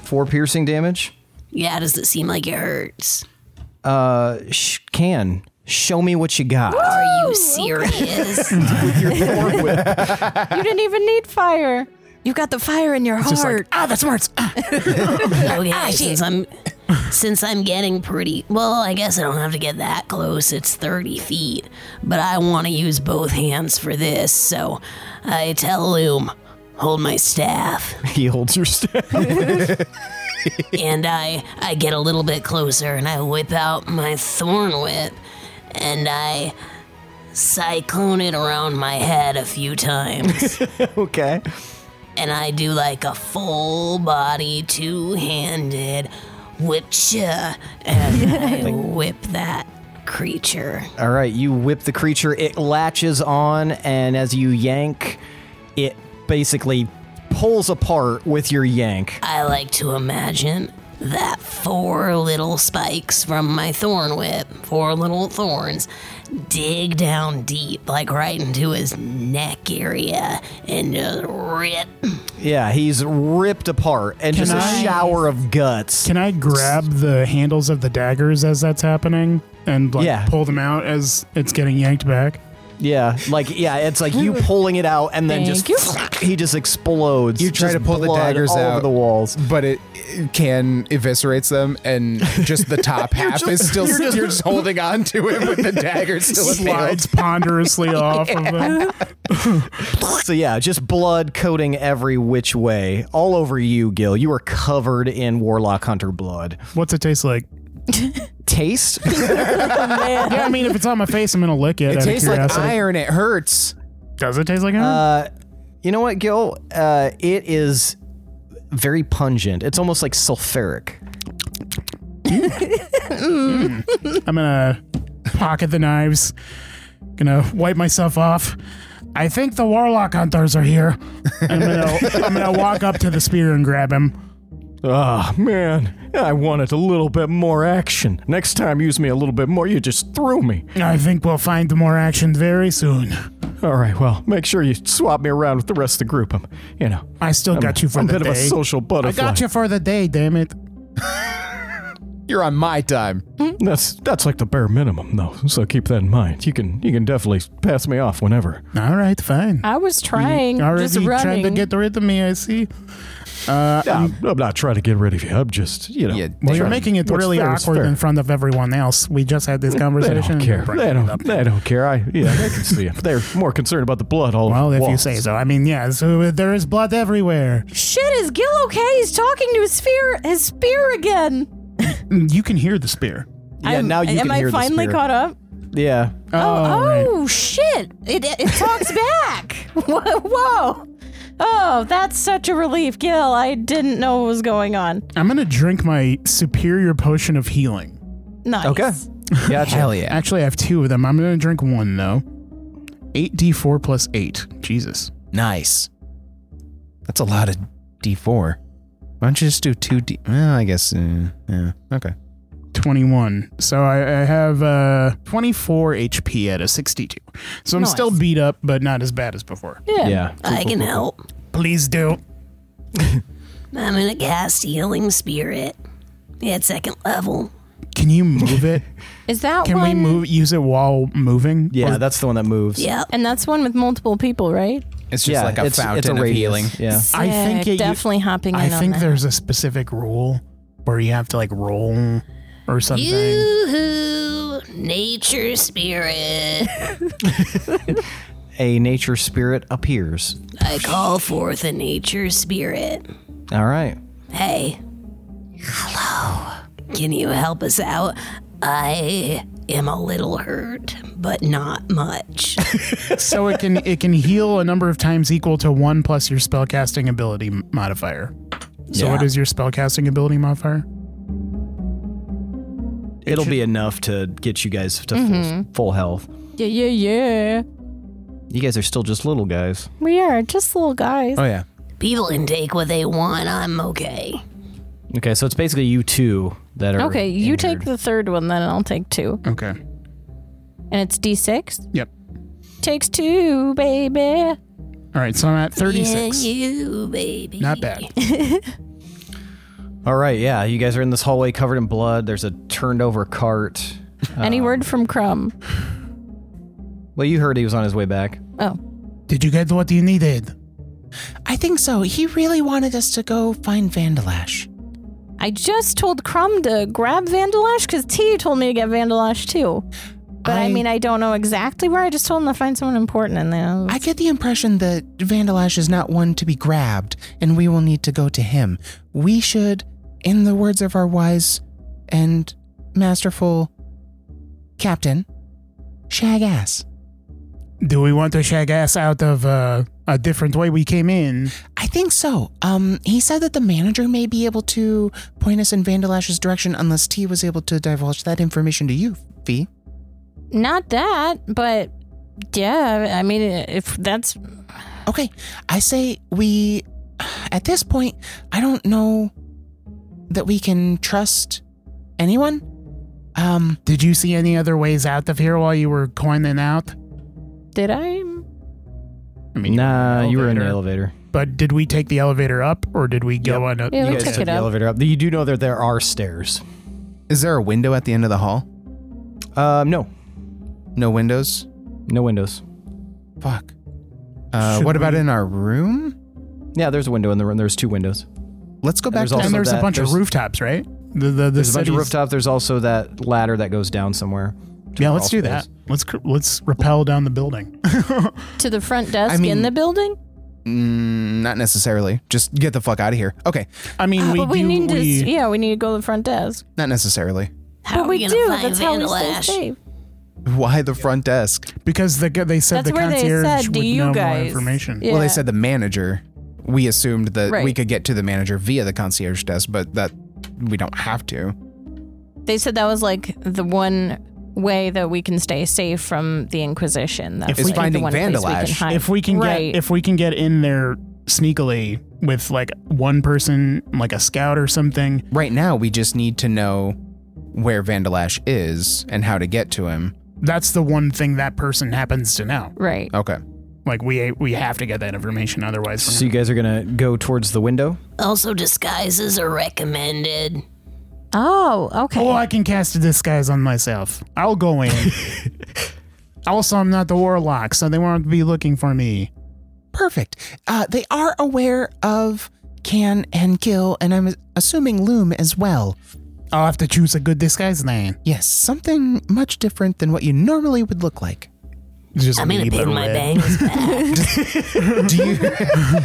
S2: Four piercing damage.
S6: Yeah, does it seem like it hurts?
S2: Uh, sh- can show me what you got.
S6: (laughs) Are you serious?
S1: You didn't even need fire. You got the fire in your heart.
S4: Ah, that's words. Ah.
S6: (laughs) okay, since I'm since I'm getting pretty well, I guess I don't have to get that close. It's 30 feet, but I want to use both hands for this, so I tell Loom, hold my staff,
S2: he holds your staff.
S6: and I I get a little bit closer, and I whip out my thorn whip, and I cyclone it around my head a few times.
S2: okay.
S6: and I do like a full body two handed whipcha (laughs) and I whip that creature.
S2: (laughs) All right, you whip the creature. It latches on, and as you yank, it basically pulls apart with your yank.
S6: I like to imagine that four little spikes from my thorn whip, four little thorns, dig down deep, like right into his neck area, and just rip.
S2: Yeah, he's ripped apart and just
S4: I-
S2: a shower of guts.
S4: Can I grab the handles of the daggers as that's happening and like
S2: Yeah.
S4: pull them out as it's getting yanked back?
S2: Yeah, like yeah, it's like you pulling it out and then
S1: Thank
S2: just he just explodes.
S7: You try
S2: Just
S7: to pull the
S2: blood
S7: daggers
S2: all over
S7: out.
S2: the walls.
S7: But it, it can eviscerates them, and just
S2: (laughs)
S7: the top half is still. You're just, holding on to him (laughs) with the
S3: (laughs)
S4: (laughs)
S7: dagger still
S4: Slides
S7: (laughs)
S4: ponderously off of them.
S2: (laughs) So yeah, just blood coating every which way, all over you, Gil. You are covered in Warlock Hunter blood.
S4: What's it taste like?
S2: (laughs) Taste?
S4: Yeah, I mean, if it's on my face, I'm gonna lick it.
S7: It
S4: out
S7: tastes
S4: of
S7: like
S4: curiosity.
S7: iron. It hurts.
S4: Does it taste like iron?
S2: uh, you know what, Gil? Uh, it is very pungent. It's almost like sulfuric.
S4: Mm. I'm gonna pocket the knives. Gonna wipe myself off. I think the warlock hunters are here. I'm
S9: (laughs)
S4: gonna, I'm gonna walk up to the spear and grab him.
S9: Ah, man, I wanted a little bit more action. Next time, use me a little bit more. You just threw me.
S4: I think we'll find more action very soon.
S9: All right, well, make sure you swap me around with the rest of the group. I'm, you know,
S4: I still
S9: I'm-
S4: got you for
S9: I'm a
S4: the
S9: bit
S4: day.
S9: of a social butterfly.
S4: I got you for the day, damn it.
S7: You're on my time.
S9: Hmm? That's that's like the bare minimum, though. So keep that in mind. You can you can definitely pass me off whenever.
S4: All right,
S9: (laughs)
S4: fine.
S1: I was trying,
S4: You already
S1: just running.
S4: trying to get rid of me. I see. Uh,
S9: I'm, I'm not trying to get rid of you. I'm just you know.
S7: Yeah,
S4: well, you're making it
S9: What's
S4: really
S9: fair is
S4: awkward
S9: fair.
S4: in front of everyone else. We just had this
S9: They
S4: conversation.
S9: don't care. They don't, they don't care. I yeah, I can see it. They're more concerned about the blood. All
S4: Well,
S9: over
S4: if
S9: the
S4: you
S9: walls.
S4: say so. I mean, yeah, so there is blood everywhere.
S1: Shit, is Gil okay? He's talking to his spear, his spear again.
S4: Mm, You can hear the spear.
S2: Yeah, now you
S1: am
S2: can
S1: I
S2: hear the
S1: finally
S2: spear.
S1: caught up?
S2: Yeah.
S4: Oh,
S1: Oh shit! It it, it talks back. Wha- Whoa! Oh, that's such a relief, Gil. I didn't know what was going on.
S4: I'm gonna drink my superior potion of healing. (laughs)
S1: Nice.
S2: Okay. Gotcha.
S7: Hell yeah.
S4: Actually, I have two of them. I'm gonna drink one though. Eight D4 plus eight. Jesus.
S7: Nice. That's a lot of D4. Why don't you just do two D? Well, I guess. Uh, yeah. Okay.
S4: 21. So I, I have uh, 24 HP at a 62. So I'm
S1: Nice.
S4: still beat up, but not as bad as before.
S1: Yeah.
S2: Yeah.
S6: I can help.
S4: Please do.
S6: I'm gonna cast healing spirit at second level.
S4: Can you move
S2: (laughs)
S4: it?
S1: Is that
S4: Can
S1: one?
S4: we move? Use it while moving?
S2: Yeah, that's the one that moves.
S6: Yep.
S1: And that's one with multiple people, right?
S7: It's just
S2: Yeah,
S7: like a
S2: it's,
S7: fountain
S2: it's a
S7: of
S2: radius.
S7: healing.
S2: Yeah.
S4: I think
S1: Sick,
S4: it-
S1: uh, definitely hopping in
S4: I
S1: on
S4: think
S1: that.
S4: there's a specific rule where you have to like roll or something.
S6: Yoo-hoo, nature spirit.
S2: A nature spirit appears.
S6: I call forth a nature spirit.
S2: All right.
S6: Hey. Hello. Can you help us out? I am a little hurt, but not much.
S4: (laughs) so it can it can heal a number of times equal to one plus your spellcasting ability m- modifier. So what is your spellcasting ability modifier?
S2: It'll be enough to get you guys to
S7: Mm-hmm.
S2: full, full health.
S1: yeah, yeah, yeah.
S2: You guys are still just little guys.
S1: We are just little guys.
S7: Oh yeah.
S6: People can take what they want. I'm okay.
S2: Okay, so it's basically you two that are.
S1: okay, you
S2: injured.
S1: take the third one, then I'll take two,
S4: Okay.
S1: and it's D6.
S4: Yep.
S1: Takes two, baby.
S4: All right. So I'm at 36.
S6: Yeah, you, baby.
S4: Not bad.
S2: All right, yeah. You guys are in this hallway covered in blood. There's a turned over cart.
S1: (laughs) Any word from Crumb?
S2: Well, you heard he was on his way back.
S1: Oh,
S4: Did you get what you needed?
S3: I think so. He really wanted us to go find Vandalash.
S1: I just told Crumb to grab Vandalash because T told me to get Vandalash too. But I,
S3: I-
S1: mean, I don't know exactly where. I just told him to find someone important in there.
S3: I get the impression that Vandalash is not one to be grabbed, and we will need to go to him. We should, in the words of our wise and masterful captain, shag ass.
S4: Do we want to shag ass out of uh, a different way we came in?
S3: I think so. Um, he said that the manager may be able to point us in Vandalash's direction unless T was able to divulge that information to you, V.
S1: Not that, but yeah. I mean, if that's
S3: Okay, I say we. At this point, I don't know that we can trust anyone. Um,
S4: Did you see any other ways out of here while you were coining out?
S1: did I?
S4: I mean, you
S2: Nah, Uh, you were in the
S4: elevator.
S2: elevator.
S4: But did we take the elevator up or did we go on up?
S1: Yeah, we
S2: You guys
S1: took
S2: took
S1: it
S2: the
S1: up.
S2: elevator up. You do know that there are stairs.
S7: Is there a window at the end of the hall?
S2: Um, no,
S7: No windows.
S2: no windows.
S7: Fuck. Uh,
S4: Should
S7: what about
S4: we-
S7: in our room?
S2: Yeah, there's a window in the room. There's two windows.
S7: Let's go back
S2: there's
S7: to
S2: also
S4: And there's
S2: that-
S4: a bunch
S2: there's-
S4: of rooftops, right? The the, the
S2: There's a bunch of
S4: city's-
S2: rooftop. There's also that ladder that goes down somewhere.
S4: Yeah, let's
S2: crawl
S4: do that.
S2: space.
S4: Let's cr- let's rappel down the building.
S1: To the front desk in
S7: mean-
S1: the building.
S7: Mm, not necessarily. Just get the fuck out of here. Okay.
S4: I mean,
S1: Ah,
S4: we
S1: but we
S4: do.
S1: need to.
S4: we-
S1: Yeah, we need to go to the front desk.
S7: Not necessarily.
S6: How
S1: but
S6: are we,
S1: we,
S6: gonna
S1: do.
S6: find
S1: That's how we stay
S6: Vandalash?
S1: safe.
S7: Why the front desk?
S4: because the, g- they said
S1: That's
S4: the
S1: where they
S4: concierge
S1: said, "Do
S4: would
S1: you
S4: know more
S1: guys?"
S4: information.
S1: Yeah.
S7: Well, they said the manager. We assumed that we
S1: Right.
S7: could get to the manager via the concierge desk, but that we don't have to.
S1: They said that was like the one way that we can stay safe from the Inquisition. That's
S4: If we-
S1: like,
S7: finding
S1: the one place we can
S7: vandalash.
S1: hide.
S4: if we can
S1: right.
S4: get if we can get in there sneakily with like one person, like a scout or something.
S7: Right now, we just need to know where Vandalash is and how to get to him.
S4: That's the one thing that person happens to know.
S1: right.
S4: (laughs)
S7: Okay.
S4: Like we we have to get that information, otherwise. we're
S2: So you guys are gonna go towards the window.
S6: Also, disguises are recommended.
S1: Oh, okay.
S4: Oh, I can cast a disguise on myself. I'll go
S1: (laughs)
S4: in. also, I'm not the warlock, so they won't be looking for me.
S3: Perfect. Uh, they are aware of Can and Gil, and I'm assuming Loom as well.
S4: I'll have to choose a good disguise then.
S3: Yes, something much different than what you normally would look like.
S4: It's Just
S6: I'm gonna
S4: me, but
S6: pin my
S4: red.
S6: bangs
S4: (laughs)
S6: back.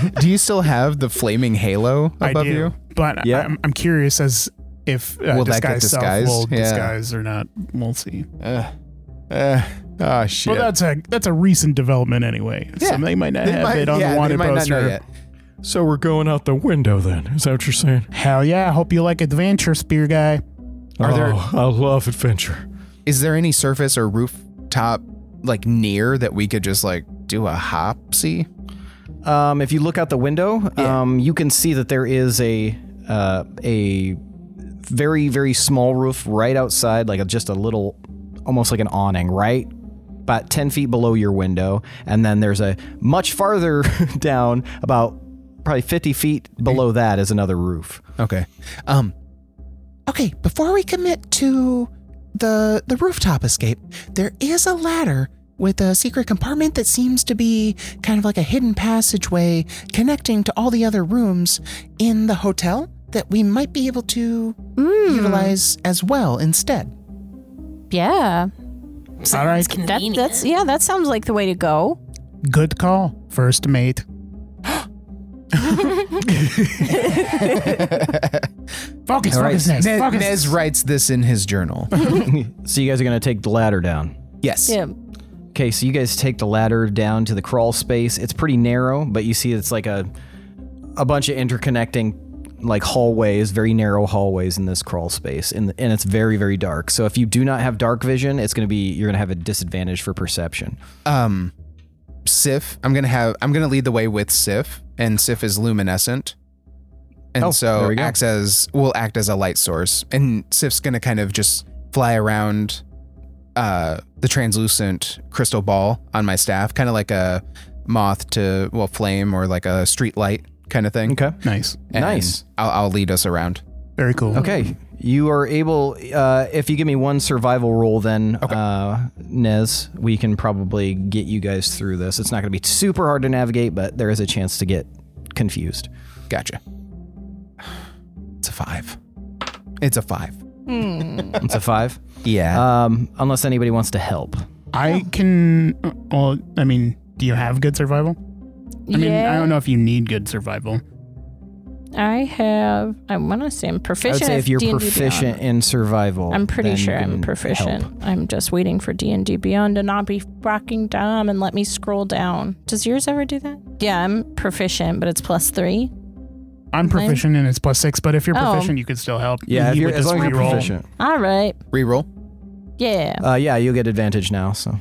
S7: Do you do you still have the flaming halo
S4: I
S7: above
S4: do,
S7: you?
S4: but
S2: Yeah.
S4: I'm, I'm curious as if uh,
S7: Will that get
S4: disguise self
S7: disguised?
S4: will
S7: Yeah.
S4: disguise or not. We'll see.
S7: Uh, oh shit!
S4: Well, that's a that's a recent development anyway.
S7: Yeah.
S4: So they might not
S7: They
S4: have
S7: might-
S4: it on
S7: yeah,
S4: the
S7: they
S4: wanted
S7: might not know
S4: poster.
S7: yet.
S9: So we're going out the window then. Is that what you're saying?
S4: Hell yeah! I Hope you like adventure, spear guy.
S7: Are there-
S9: Oh, I love adventure.
S7: Is there any surface or rooftop like near that we could just like do a hopsy?
S2: Um, if you look out the window, um, you can see that there is a uh, a very very small roof right outside, like a, just a little, almost like an awning, right about ten feet below your window, and then there's a much farther (laughs) down, about probably fifty feet below that is another roof.
S7: Okay.
S3: Um, okay, before we commit to the the rooftop escape, there is a ladder with a secret compartment that seems to be kind of like a hidden passageway connecting to all the other rooms in the hotel that we might be able to utilize as well instead.
S1: yeah.
S4: All right,
S1: That,
S6: Convenient.
S1: that's yeah. That sounds like the way to go.
S4: good call, first mate. (laughs) focus,
S2: right.
S4: focus, Nez,
S7: Ne-
S4: focus.
S7: Nez writes this in his journal.
S2: (laughs) so you guys are gonna take the ladder down.
S7: yes.
S1: Yeah.
S2: Okay, so you guys take the ladder down to the crawl space. It's pretty narrow, but you see it's like a a bunch of interconnecting like hallways, very narrow hallways in this crawl space, and and it's very very dark. So if you do not have dark vision, it's gonna be you're gonna have a disadvantage for perception.
S7: Um, Sif, I'm gonna have I'm gonna lead the way with Sif, and Sif is luminescent, and
S2: Oh, there
S7: so
S2: we go.
S7: acts as will act as a light source, and Sif's gonna kind of just fly around uh the translucent crystal ball on my staff, kind of like a moth to well flame or like a street light kind of thing.
S2: Okay.
S4: nice,
S7: And
S2: Nice.
S7: I'll, I'll lead us around.
S4: very cool.
S2: Okay. You are able. Uh, if you give me one survival roll, then uh, Nez, we can probably get you guys through this. It's not going to be super hard to navigate, but there is a chance to get confused.
S7: Gotcha. It's a five. It's a five.
S1: Hmm.
S2: It's a five.
S7: (laughs) Yeah.
S2: Um, unless anybody wants to help.
S4: I can. Well, I mean, do you have good survival? I mean, I don't know if you need good survival.
S1: I have. I want to say I'm
S2: I would
S1: proficient.
S2: say
S1: at
S2: if you're
S1: D&D
S2: proficient
S1: Beyond.
S2: in survival,
S1: I'm pretty
S2: then you
S1: sure I'm
S2: can
S1: proficient.
S2: help.
S1: I'm just waiting for D and D Beyond to not be rocking dumb and let me scroll down. Does yours ever do that? Yeah, I'm proficient, but it's plus three.
S4: I'm proficient and it's plus six, but if you're
S1: Oh.
S4: proficient, you could still help.
S2: Yeah, if
S4: You
S2: you're,
S4: would
S2: as
S4: just
S2: long as you're
S4: re-roll.
S2: proficient.
S1: All right.
S7: Reroll.
S1: Yeah.
S2: Uh, yeah, you'll get advantage now. So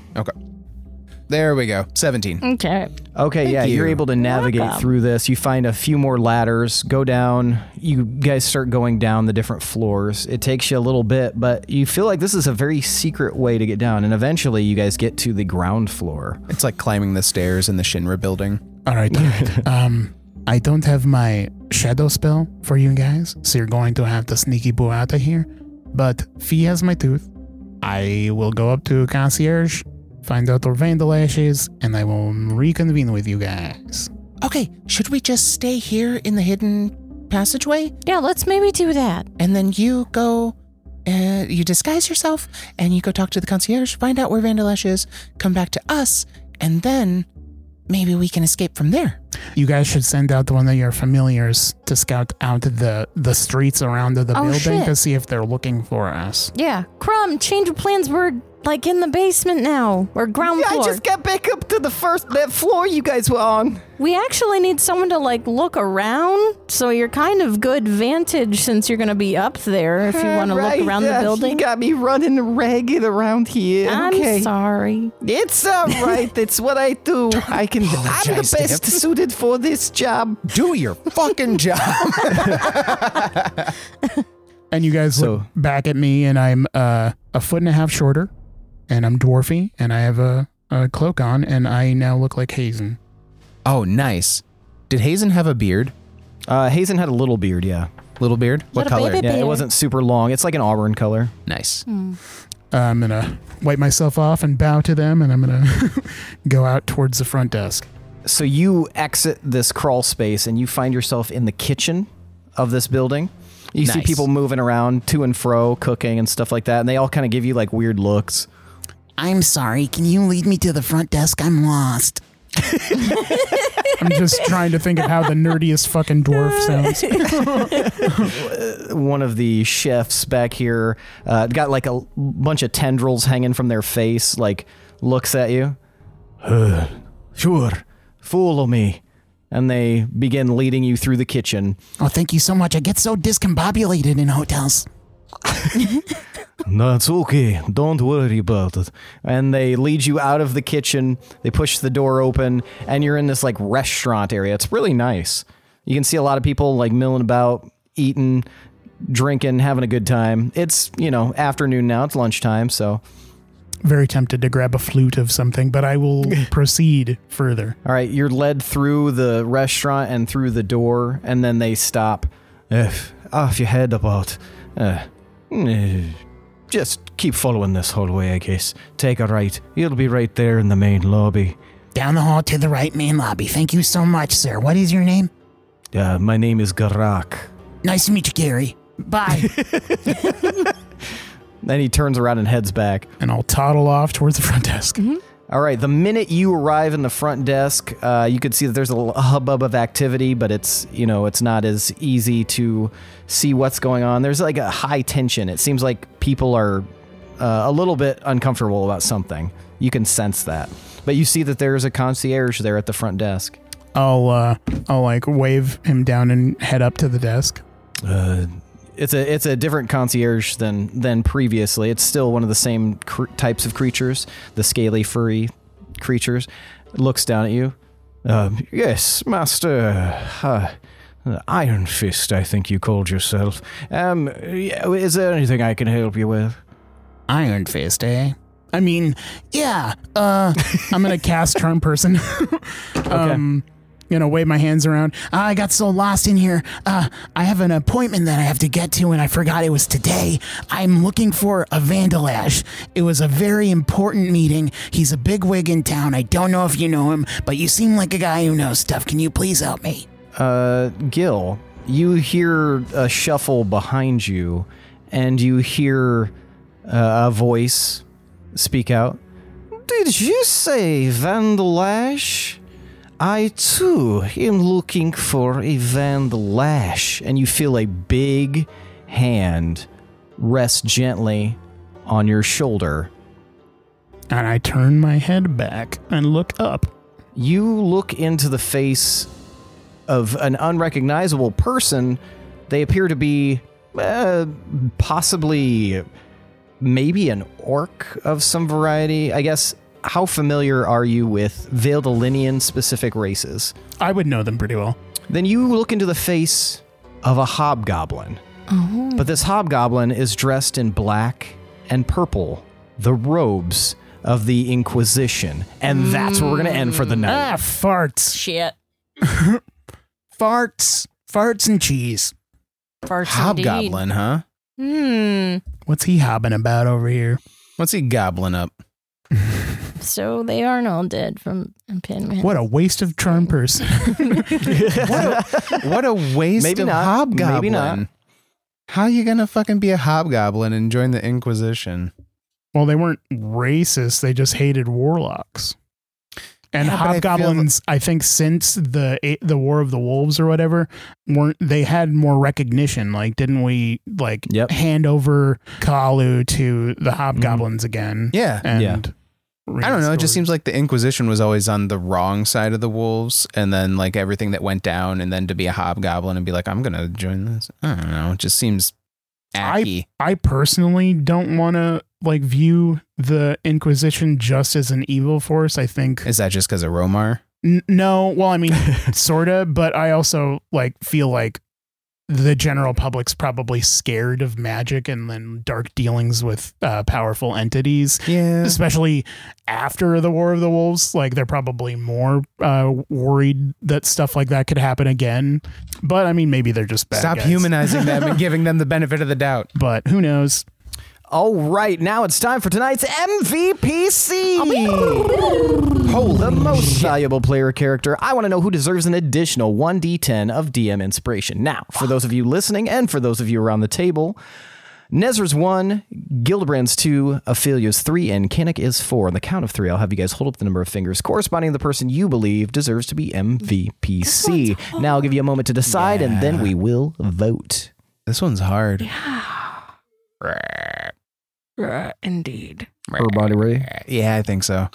S7: There we go. Seventeen.
S1: Okay.
S2: okay, yeah,
S7: you.
S2: you're able to navigate
S1: welcome.
S2: through this. You find a few more ladders, go down. You guys start going down the different floors. It takes you a little bit, but you feel like this is a very secret way to get down. And eventually, you guys get to the ground floor.
S7: It's like climbing the stairs in the Shinra building.
S4: All right. all
S2: (laughs)
S4: right. um, I don't have my shadow spell for you guys, so you're going to have to sneaky boo out of here. But Fee has my tooth. I will go up to concierge, find out where Vandalash is, and I will reconvene with you guys.
S3: Okay, should we just stay here in the hidden passageway
S1: Yeah, let's maybe do that.
S3: and then you go uh, you disguise yourself and you go talk to the concierge, find out where Vandalash is, come back to us, and then maybe we can escape from there.
S4: You guys should send out one of your familiars to scout out the the streets around the
S1: Oh,
S4: building
S1: shit.
S4: to see if they're looking for us.
S1: Yeah. Crumb, change of plans. We're Like in the basement now or ground
S2: Yeah,
S1: floor.
S2: I just got back up to the first that floor you guys were on.
S1: We actually need someone to like look around, so you're kind of good vantage since you're going to be up there if you want to
S2: Right,
S1: look around
S2: yeah,
S1: the building.
S2: You got me running ragged around here.
S1: I'm
S2: okay.
S1: sorry. (laughs)
S2: It's all right. it's what I do. I can. I'm the
S7: apologize,
S2: best
S7: Dan.
S2: suited for this job.
S7: Do your
S2: (laughs)
S7: fucking job.
S4: And you guys look back at me, and I'm uh, a foot and a half shorter, and I'm dwarfy, and I have a, a cloak on, and I now look like Hazen.
S7: Oh, nice. Did Hazen have a beard?
S2: Uh, Hazen had a little beard. Yeah,
S7: Little beard? What
S1: Little
S7: color?
S1: baby
S2: yeah.
S1: beard.
S2: It wasn't super long. It's like an auburn color.
S7: Nice.
S4: Uh, I'm gonna wipe myself off and bow to them, and I'm gonna (laughs) go out towards the front desk.
S2: so you exit this crawl space and you find yourself in the kitchen of this building. You see
S7: Nice.
S2: people moving around to and fro, cooking and stuff like that, and they all kind of give you like weird looks.
S3: I'm sorry. Can you lead me to the front desk? I'm lost.
S4: I'm
S1: (laughs)
S4: just trying to think of how the nerdiest fucking dwarf sounds.
S2: One of the chefs back here uh, got like a bunch of tendrils hanging from their face, like looks at you.
S9: Uh,
S2: (sighs) Sure, follow me. And they begin leading you through the kitchen.
S3: Oh, thank you so much. I get so discombobulated in hotels.
S9: that's okay.
S2: Don't worry about it. And they lead you out of the kitchen. They push the door open, and you're in this like restaurant area. It's really nice. You can see a lot of people like milling about, eating, drinking, having a good time. It's, you know, afternoon now. It's lunchtime. So,
S4: Very tempted to grab a flute of something, but I will
S1: (laughs)
S4: proceed further.
S2: all right, you're led through the restaurant and through the door, and then they stop. If, off your head about. Uh,
S9: Hmm.
S2: eh, just keep following this hallway, I guess. Take a right. You'll be right there in the main lobby.
S3: Down the hall to the right main lobby. Thank you so much, sir. What is your name?
S2: Uh, my name is Garak.
S3: Nice to meet you, Gary. Bye.
S2: Then he turns around and heads back.
S4: And I'll toddle off towards the front desk.
S2: All right, the minute you arrive in the front desk, uh, you can see that there's a little hubbub of activity, but it's, you know, it's not as easy to see what's going on. There's like a high tension. It seems like people are uh, a little bit uncomfortable about something. You can sense that. But you see that there's a concierge there at the front desk.
S4: I'll uh, I'll like wave him down and head up to the desk.
S9: Uh,
S2: It's a it's a different concierge than than previously. It's still one of the same cr- types of creatures, the scaly furry creatures. Looks down at you.
S9: um, yes, Master uh, Iron Fist, I think you called yourself.
S2: Um, yeah, is there anything I can help you with?
S3: Iron Fist, eh? I mean,
S4: Yeah. Uh, I'm gonna cast charm person. (laughs) um, you know, wave my hands around.
S3: I got so lost in here. Uh, I have an appointment that I have to get to, and I forgot it was today. I'm looking for a Vandalash. It was a very important meeting. He's a big wig in town. I don't know if you know him, but you seem like a guy who knows stuff. Can you please help me?
S2: Uh, Gil, you hear a shuffle behind you, and you hear uh, a voice speak out. Did you say Vandalash? I too am looking for a Vandalash. And you feel a big hand rest gently on your shoulder.
S4: And I turn my head back and look up.
S2: you look into the face of an unrecognizable person, they appear to be uh, possibly maybe an orc of some variety. I guess, how familiar are you with Veldalinian specific races?
S4: I would know them pretty well.
S2: Then you look into the face of a hobgoblin. But this hobgoblin is dressed in black and purple, the robes of the Inquisition. And that's where we're going to end for the night.
S4: Ah, farts,
S5: Shit.
S4: (laughs) farts, farts and cheese.
S5: Farts
S7: Hobgoblin, huh?
S1: Hmm.
S4: What's he hobbing about over here?
S7: What's he gobbling up?
S1: So they aren't all dead from Pinman. (sighs)
S4: What a waste of charm
S1: (laughs)
S4: person.
S7: What a waste
S2: Maybe
S7: of
S2: not.
S7: hobgoblin.
S2: Maybe not.
S7: How you gonna fucking be a hobgoblin and join the Inquisition?
S4: well, they weren't racist. They just hated warlocks. And
S3: Yeah, but I feel-
S4: hobgoblins, I, think, since the the War of the Wolves or whatever, weren't they had more recognition? Like, didn't we like
S2: Yep.
S4: hand over Kalu to the hobgoblins again?
S7: Yeah.
S4: and
S2: Mm-hmm. Yeah.
S7: I don't know. It just seems like the Inquisition was always on the wrong side of the wolves, and then like everything that went down, and then to be a hobgoblin and be like, I'm gonna join this. I don't know. It just seems acky.
S4: I personally don't want to like view the Inquisition just as an evil force. I think
S7: Is that just because of Romar?
S4: N- no, well, I
S7: (laughs)
S4: mean, sorta, but I also like feel like the general public's probably scared of magic and then dark dealings with uh, powerful entities,
S7: Yeah.
S4: especially after the War of the Wolves. Like they're probably more uh, worried that stuff like that could happen again. But I mean, maybe they're just bad.
S7: Stop
S4: guys.
S7: humanizing them and giving them the benefit of the doubt.
S4: (laughs) But who knows?
S2: All right, now it's time for tonight's MVPC. Holy the most valuable player character. I want to know who deserves an additional 1d10 of DM inspiration. Now, for those of you listening and for those of you around the table, Nezra's one, Gildebrand's two, Ophelia's three, and Kinnick is four. On the count of three, I'll have you guys hold up the number of fingers corresponding to the person you believe deserves to be MVPC. Now I'll give you a moment to decide, and then we will vote.
S7: This one's hard.
S1: Indeed.
S2: Everybody ready?
S7: Yeah, I think so.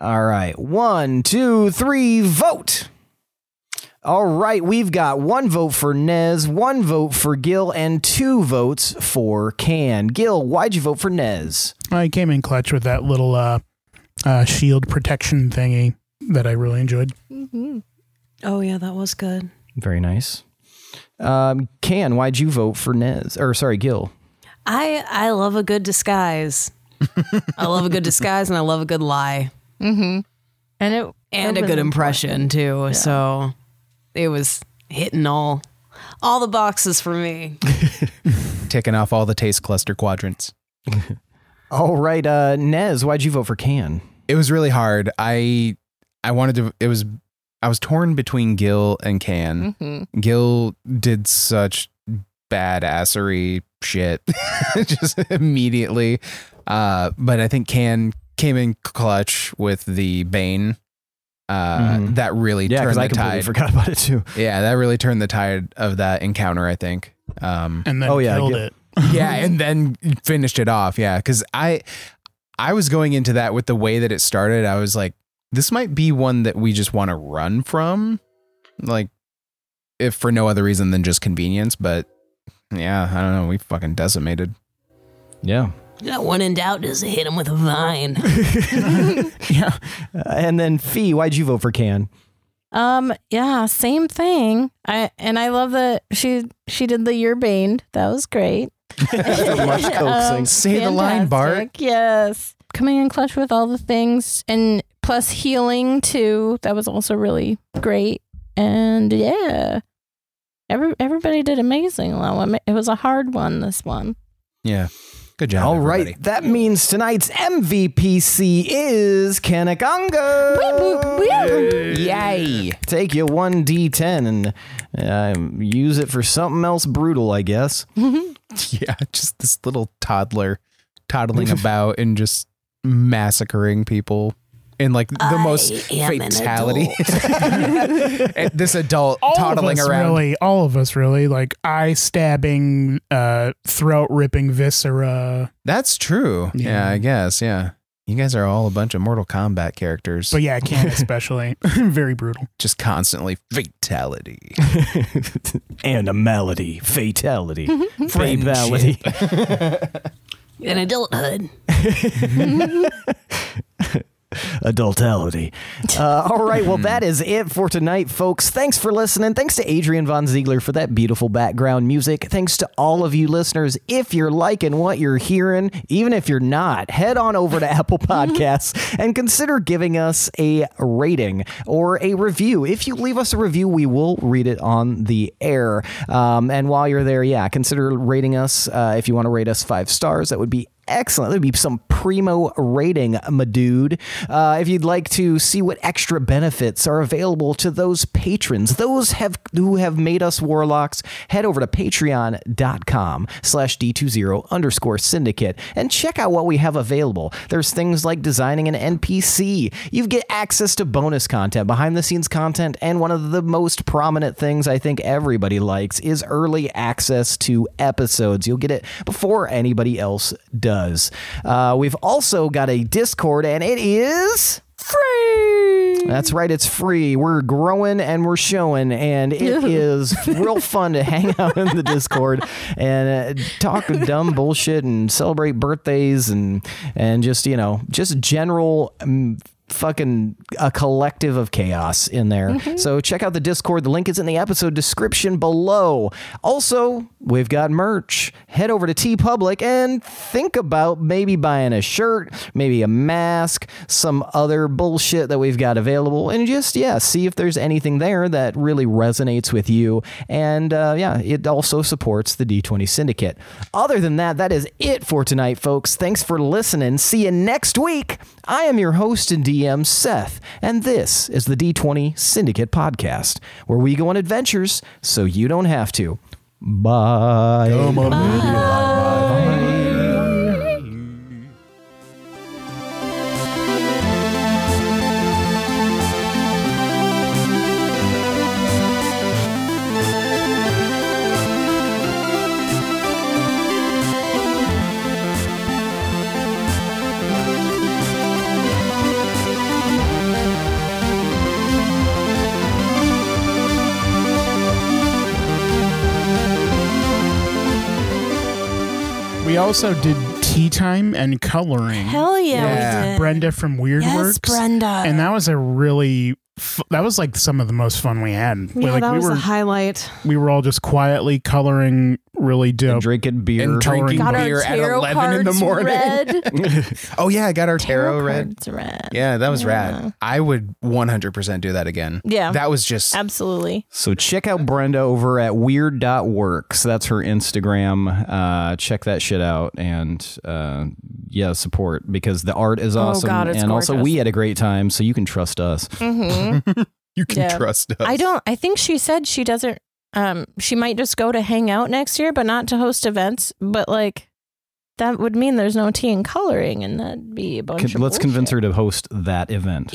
S2: All right. One, two, three, vote. All right. We've got one vote for Nez, one vote for Gil, and two votes for Can. Gil, why'd you vote for Nez?
S4: I came in clutch with that little uh, uh, shield protection thingy that I really enjoyed.
S5: Oh yeah, that was good.
S2: Very nice. Um, Can, why'd you vote for Nez? Or, sorry, Gil.
S5: I I love a good disguise. I love a
S1: (laughs)
S5: good disguise, and I love a good lie,
S1: Mm-hmm. And it
S5: and a
S1: it was
S5: good impression too. So it was hitting all all the boxes for
S1: (laughs)
S5: me.
S7: Taking off all the taste cluster quadrants.
S2: All right. Uh, Nez, why'd you vote for Can?
S7: It was really hard. I I wanted to. It was. I was torn between Gil and Can.
S1: Mm-hmm.
S7: Gil did such badassery shit (laughs) just immediately, uh, but I think Can came in clutch with the Bane. Uh,
S2: Mhm.
S7: That really
S2: Yeah,
S7: turned
S2: because
S7: the
S2: I completely
S7: tide.
S2: forgot about it too.
S7: Yeah, that really turned the tide of that encounter. I think. Um,
S4: And then
S2: Oh, yeah,
S4: killed
S2: Gil-
S4: it. (laughs)
S7: (laughs) yeah and then finished it off yeah because i i was going into that with the way that it started i was like this might be one that we just want to run from like if for no other reason than just convenience but yeah i don't know we fucking decimated
S2: Yeah.
S6: Yeah, When in doubt, just hit him with a
S1: (laughs)
S6: vine.
S2: yeah. Uh, and then Fee, why'd you vote for Can?
S1: Um, yeah, same thing. I and I love that she she did the year bane. That was great. (laughs)
S2: much coaxing.
S7: Say the line, Bart.
S1: Um, Oh, fantastic. Yes. Coming in clutch with all the things and plus healing too. That was also really great. And yeah. Every, everybody did amazing on that one. It was a hard one, this one.
S7: yeah good job
S2: All right,
S7: everybody.
S2: that means tonight's MVPC is
S1: Whoop, whoop,
S2: Kanakongo.
S1: whoop.
S2: Yay! Take your one D10 and um use it for something else brutal, I guess.
S7: (laughs) yeah just this little toddler
S4: (laughs)
S7: toddling about and just massacring people in like the most
S6: I am an
S7: fatality
S6: adult.
S7: (laughs) And this adult
S4: all
S7: toddling
S4: of us
S7: around
S4: really all of us really like eye stabbing uh throat ripping viscera
S7: That's true. Yeah.
S4: Yeah.
S7: I guess. Yeah. You guys are all a bunch of Mortal Kombat characters,
S4: but yeah
S7: (laughs)
S4: can (laughs) especially very brutal
S7: just constantly
S4: (laughs)
S7: fatality.
S8: Animality, fatality,
S2: Fatality.
S6: In
S1: (laughs)
S6: adulthood.
S8: adultality.
S2: Uh, all right, well, that is it for tonight, folks. Thanks for listening. Thanks to Adrian Von Ziegler for that beautiful background music. Thanks to all of you listeners. If you're liking what you're hearing, even if you're not, head on over to (laughs) Apple Podcasts and consider giving us a rating or a review. If you leave us a review, we will read it on the air. Um, and while you're there, yeah, consider rating us. Uh, if you want to rate us five stars, that would be Excellent. That'd be some primo rating, my dude. Uh, if you'd like to see what extra benefits are available to those patrons, those have who have made us warlocks, head over to patreon.com slash d20 underscore syndicate and check out what we have available. There's things like designing an NPC. You get access to bonus content, behind the scenes content, and one of the most prominent things I think everybody likes is early access to episodes. You'll get it before anybody else does. Uh, we've also got a Discord, and it is. Free. That's right, it's free. We're growing and we're showing, and it is real fun to hang out in the Discord and uh, talk dumb bullshit and celebrate birthdays and and just you know just general. Um, fucking a collective of chaos in there. So check out the Discord. The link is in the episode description below. Also, we've got merch. Head over to T Public and think about maybe buying a shirt, maybe a mask, some other bullshit that we've got available, and just yeah, see if there's anything there that really resonates with you. And uh, yeah, it also supports the D20 Syndicate. Other than that, that is it for tonight, folks. Thanks for listening. See you next week. I am your host and DM, Seth, and this is the D20 Syndicate Podcast, where we go on adventures so you don't have to. Bye.
S4: We also did tea time and coloring.
S1: Hell yeah, we did.
S4: Brenda from Weird
S1: Yes,
S4: Works.
S1: Brenda.
S4: And that was a really fu- that was like some of the most fun we had.
S5: Yeah,
S4: like
S5: that
S4: we
S5: was
S4: were
S5: the
S4: (laughs)
S5: highlight.
S4: we were all just quietly coloring really dope.
S2: Drinking beer.
S7: and drinking
S4: Got
S1: our
S7: beer at
S1: tarot
S7: 11 in the
S1: cards
S7: morning.
S1: read.
S7: (laughs) oh, yeah, I got our tarot, read.
S1: Cards red.
S7: Yeah, that was rad. I would 100% do that again.
S1: Yeah.
S7: That (laughs) was just
S1: Absolutely.
S2: So check out Brenda over at weird.works. That's her Instagram. Uh, check that shit out and uh, yeah, support because the art is awesome.
S1: Oh, God, it's
S2: and also
S1: gorgeous.
S2: we had a great time, so you can trust us.
S7: (laughs) you can
S1: Mm-hmm. Yeah.
S7: trust us.
S1: I don't. I think she said she doesn't. Um, she might just go to hang out next year, but not to host events. But like, that would mean there's no tea and coloring, and that'd be a bunch
S2: Con-
S1: of.
S2: let's
S1: bullshit.
S2: convince her to host that event.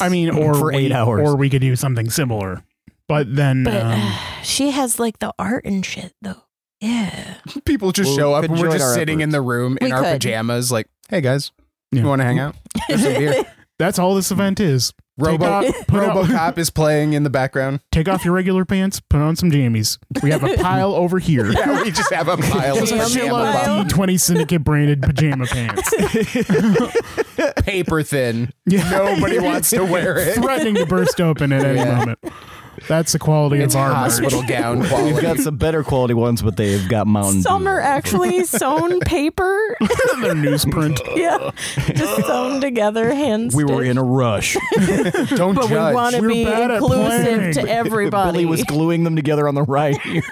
S4: (laughs) I
S2: (laughs)
S4: mean or
S2: For
S4: we-
S2: eight hours.
S4: or we could do something similar. But then
S1: but uh,
S4: um,
S1: she has like the art and shit though. Yeah,
S7: People just
S2: Well,
S7: show up and we're
S2: conjoin
S7: just
S2: our
S7: sitting in
S2: efforts.
S7: the room in
S1: We
S7: our
S1: could.
S7: pajamas, like, hey guys,
S4: Yeah.
S7: you want to hang out? Have some beer.
S4: that's all this event is.
S7: Robo-
S4: take, off, put on-
S7: Robocop is playing in the background.
S4: take off your regular pants, put on some jammies. We have a pile over here.
S7: Yeah, we just have a (laughs) pile of (laughs)
S4: Just a
S7: pajamas,
S4: shitload of D20 Syndicate branded pajama pants.
S7: (laughs) paper thin.
S4: Yeah. (laughs)
S7: Nobody wants to wear it.
S4: Threatening to burst open at any
S7: Yeah.
S4: moment. That's the quality
S7: It's
S4: of our
S7: hospital
S4: merch.
S7: gown
S2: (laughs)
S7: quality.
S2: We've got some better quality ones, but they've got Mountain
S1: some are
S2: Dew.
S1: actually sewn paper. (laughs)
S4: Their newsprint.
S1: yeah, just sewn together, hands.
S9: We were in a rush.
S7: (laughs) Don't
S1: But we
S7: judge.
S1: want to
S4: We're
S1: be
S4: bad at
S1: inclusive
S4: playing.
S1: to everybody.
S2: Billy was gluing them together on the right
S1: (laughs)
S2: ear.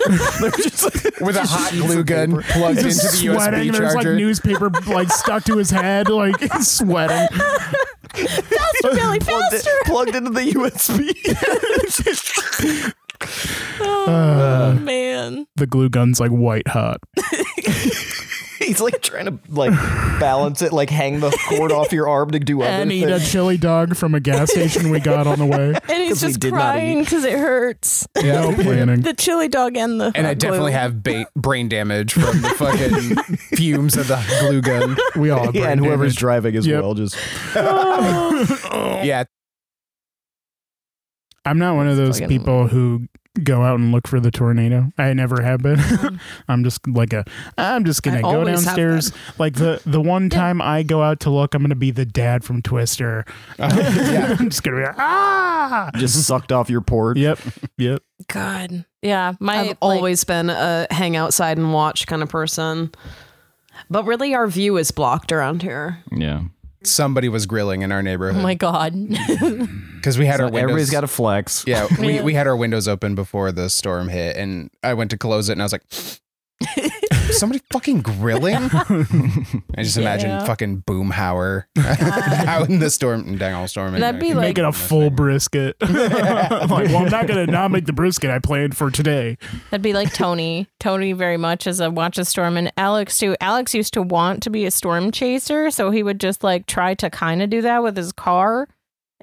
S2: They're just like-
S7: with a hot glue gun plugged into the
S4: Just sweating.
S7: USB
S4: There's like
S7: charger. (laughs)
S4: newspaper like stuck to his head, like (laughs) he's sweating.
S1: faster, Billy,
S2: plugged, it-
S1: faster!
S2: plugged into the USB.
S1: Oh, man.
S4: Uh, The glue gun's like white hot.
S2: He's like trying to like balance it, like hang the cord off your arm to do
S4: And eat
S2: everything.
S4: a chili dog from a
S1: (laughs)
S4: gas station we got on the way.
S1: And
S2: 'Cause
S1: he's
S2: we
S1: just
S2: did not
S1: crying because it hurts. (laughs)
S4: No planning.
S1: The chili dog and the.
S7: and I
S1: hot glue.
S7: definitely have ba- brain damage from the fucking fumes of the glue gun.
S4: We all have
S2: Yeah,
S4: brain
S2: and whoever's
S4: damage.
S2: driving as
S4: Yep.
S2: well, just
S7: Yeah,
S4: I'm not one of those
S1: Fucking-
S4: people who go out and look for the tornado. I never have been.
S1: Mm-hmm.
S4: (laughs) I'm just like a I'm just gonna
S5: I
S4: go
S5: always have
S4: downstairs. Like the the one time I go out to look, I'm gonna be the dad from
S2: (laughs)
S4: Twister. (laughs) I'm just gonna be like, ah
S2: just sucked off your port.
S4: Yep. Yep.
S1: God. Yeah. My,
S5: I've
S1: like-
S5: always been a hang outside and watch kind of person. But really, our view is blocked around here.
S2: Yeah.
S7: somebody was grilling in our
S1: Oh my
S7: neighborhood
S1: God.
S7: because we had
S2: So
S7: our windows.
S2: everybody's got a flex.
S7: yeah, we, we had our windows open before the storm hit, and I went to close it, and I was like, somebody
S1: (laughs)
S7: fucking grilling?
S2: (laughs)
S7: I just imagine
S1: Yeah.
S7: fucking Boomhauer (laughs) out in the storm, down all storm.
S6: That'd be like
S4: Making a full
S2: (laughs)
S4: brisket. I'm like, well, I'm not gonna not make the brisket I planned for today.
S1: That'd be like Tony. (laughs) Tony very much is a watch a storm, and Alex too. Alex used to want to be a storm chaser, so he would just like try to kind of do that with his car,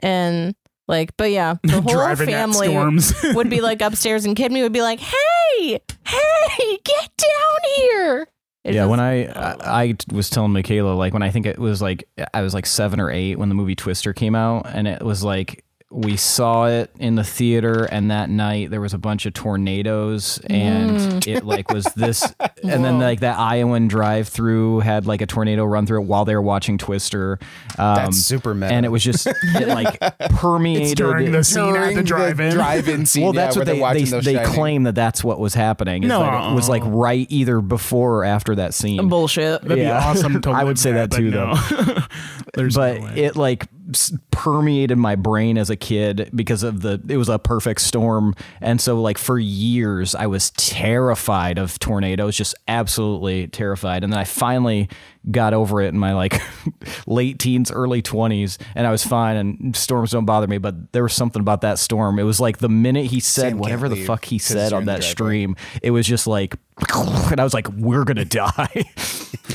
S1: and like,
S4: (laughs)
S1: but yeah, the whole
S4: Driving at
S1: family
S4: storms.
S1: (laughs) would be like upstairs, and Kidney would be like, "Hey, hey, get down (laughs) here!" It
S2: yeah,
S1: was-
S2: when I, I I t- was telling Michaela like when I think it was like I was like seven or eight when the movie Twister came out, and it was like we saw it in the theater, and that night there was a bunch of tornadoes, and
S7: Mm.
S2: it like was this,
S7: (laughs)
S2: and then like that Iowan drive through had like a tornado run through it while they were watching Twister. Um,
S7: That's super meta.
S2: and it was just it like permeated
S4: It's during the scene at
S7: During
S4: the drive-in.
S7: drive-in scene.
S2: well, that's
S7: yeah, where
S2: what
S7: they're
S2: they
S7: watching
S2: they,
S7: those
S2: they
S7: shining.
S2: claim that that's what was happening. is
S4: No.
S2: that it was like right either before or after that scene.
S6: bullshit.
S4: That'd
S2: Yeah.
S4: be awesome. To
S2: (laughs) I
S4: live
S2: would say
S4: that,
S2: that too, though.
S4: though. (laughs) There's
S2: but
S4: no way.
S2: it like s- permeated my brain as a kid because of the it was a perfect storm and so like for years I was terrified of tornadoes just absolutely terrified and then I finally got over it in my like (laughs) late teens early 20s and I was fine and storms don't bother me but there was something about that storm it was like the minute he said
S7: can't
S2: whatever the
S7: leave
S2: fuck he
S7: 'cause
S2: said
S7: you're
S2: on
S7: in the
S2: that
S7: driveway.
S2: stream it was just like (laughs) and I was like we're going to die
S7: (laughs)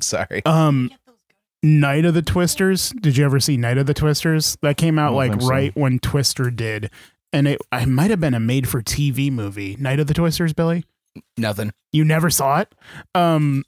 S2: (laughs)
S7: sorry.
S4: Um, Night of the Twisters. Did you ever see Night of the Twisters? That came out like right when Twister did, and it I might have been a made-for-TV movie. Night of the Twisters, Billy.
S7: Nothing.
S4: You never saw it. Um,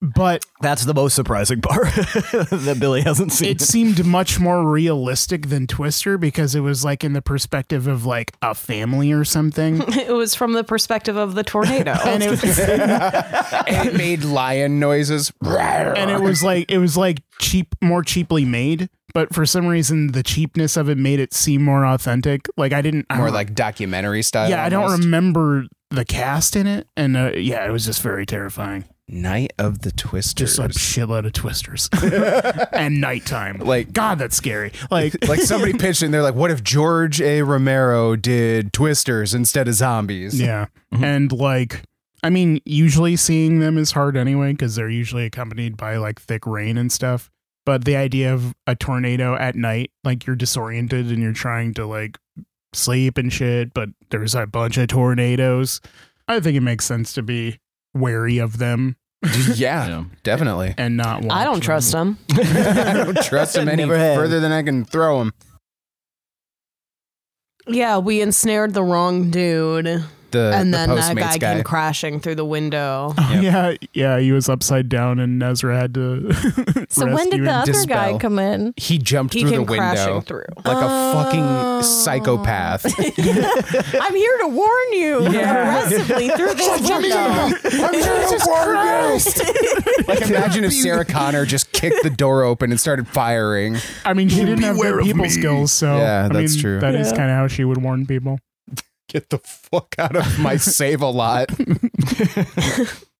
S4: but
S2: That's the most surprising part (laughs) that Billy hasn't seen.
S4: it seemed much more realistic than Twister because it was like in the perspective of like a family or
S2: (laughs)
S4: something.
S6: It was from the perspective of the tornado.
S4: (laughs) And it, was, (laughs)
S1: (laughs)
S7: it made lion noises.
S4: and it was like it was like cheap more cheaply made but for some reason the cheapness of it made it seem more authentic like i didn't I
S7: More
S4: don't-
S7: like documentary style.
S4: yeah i don't
S7: almost.
S4: remember the cast in it and uh, yeah it was just very terrifying
S7: Night of the Twisters.
S4: just a shitload of
S7: (laughs)
S4: twisters and nighttime
S7: Like-
S4: god that's scary like
S7: (laughs) like somebody pitched it and they're like, what if George A. Romero did Twisters instead of zombies?
S4: yeah
S7: Mm-hmm.
S4: and like i mean usually seeing them is hard anyway because they're usually accompanied by like thick rain and stuff but the idea of a tornado at night like you're disoriented and you're trying to like sleep and shit but there's a bunch of tornadoes i think it makes sense to be wary of them
S7: yeah,
S2: Yeah.
S7: definitely.
S4: and not watch
S6: I don't
S4: them.
S6: trust him.
S7: (laughs) I don't trust him any
S2: Never had.
S7: further than I can throw him.
S6: Yeah, we ensnared the wrong dude,
S7: The,
S6: and
S7: the
S6: then that
S7: Postmates
S6: guy,
S7: guy.
S6: came crashing through the window.
S4: Oh, yeah yeah he was upside down and nezra had to (laughs)
S1: so when did
S4: rescue him.
S1: the other guy
S7: dispel.
S1: come in?
S7: he jumped
S6: He
S7: through the
S6: came
S7: window
S6: crashing through.
S7: like a
S1: Oh.
S7: fucking psychopath.
S1: (laughs) I'm here to warn you aggressively
S4: (laughs)
S1: through this window. (laughs)
S7: like imagine if Sarah Connor just kicked the door open and started firing.
S4: i mean she didn't have good people skills so
S7: Yeah,
S4: I
S7: that's
S4: mean,
S7: true.
S4: that is kind of how she would warn people (laughs)
S7: Get the fuck out of my save a lot.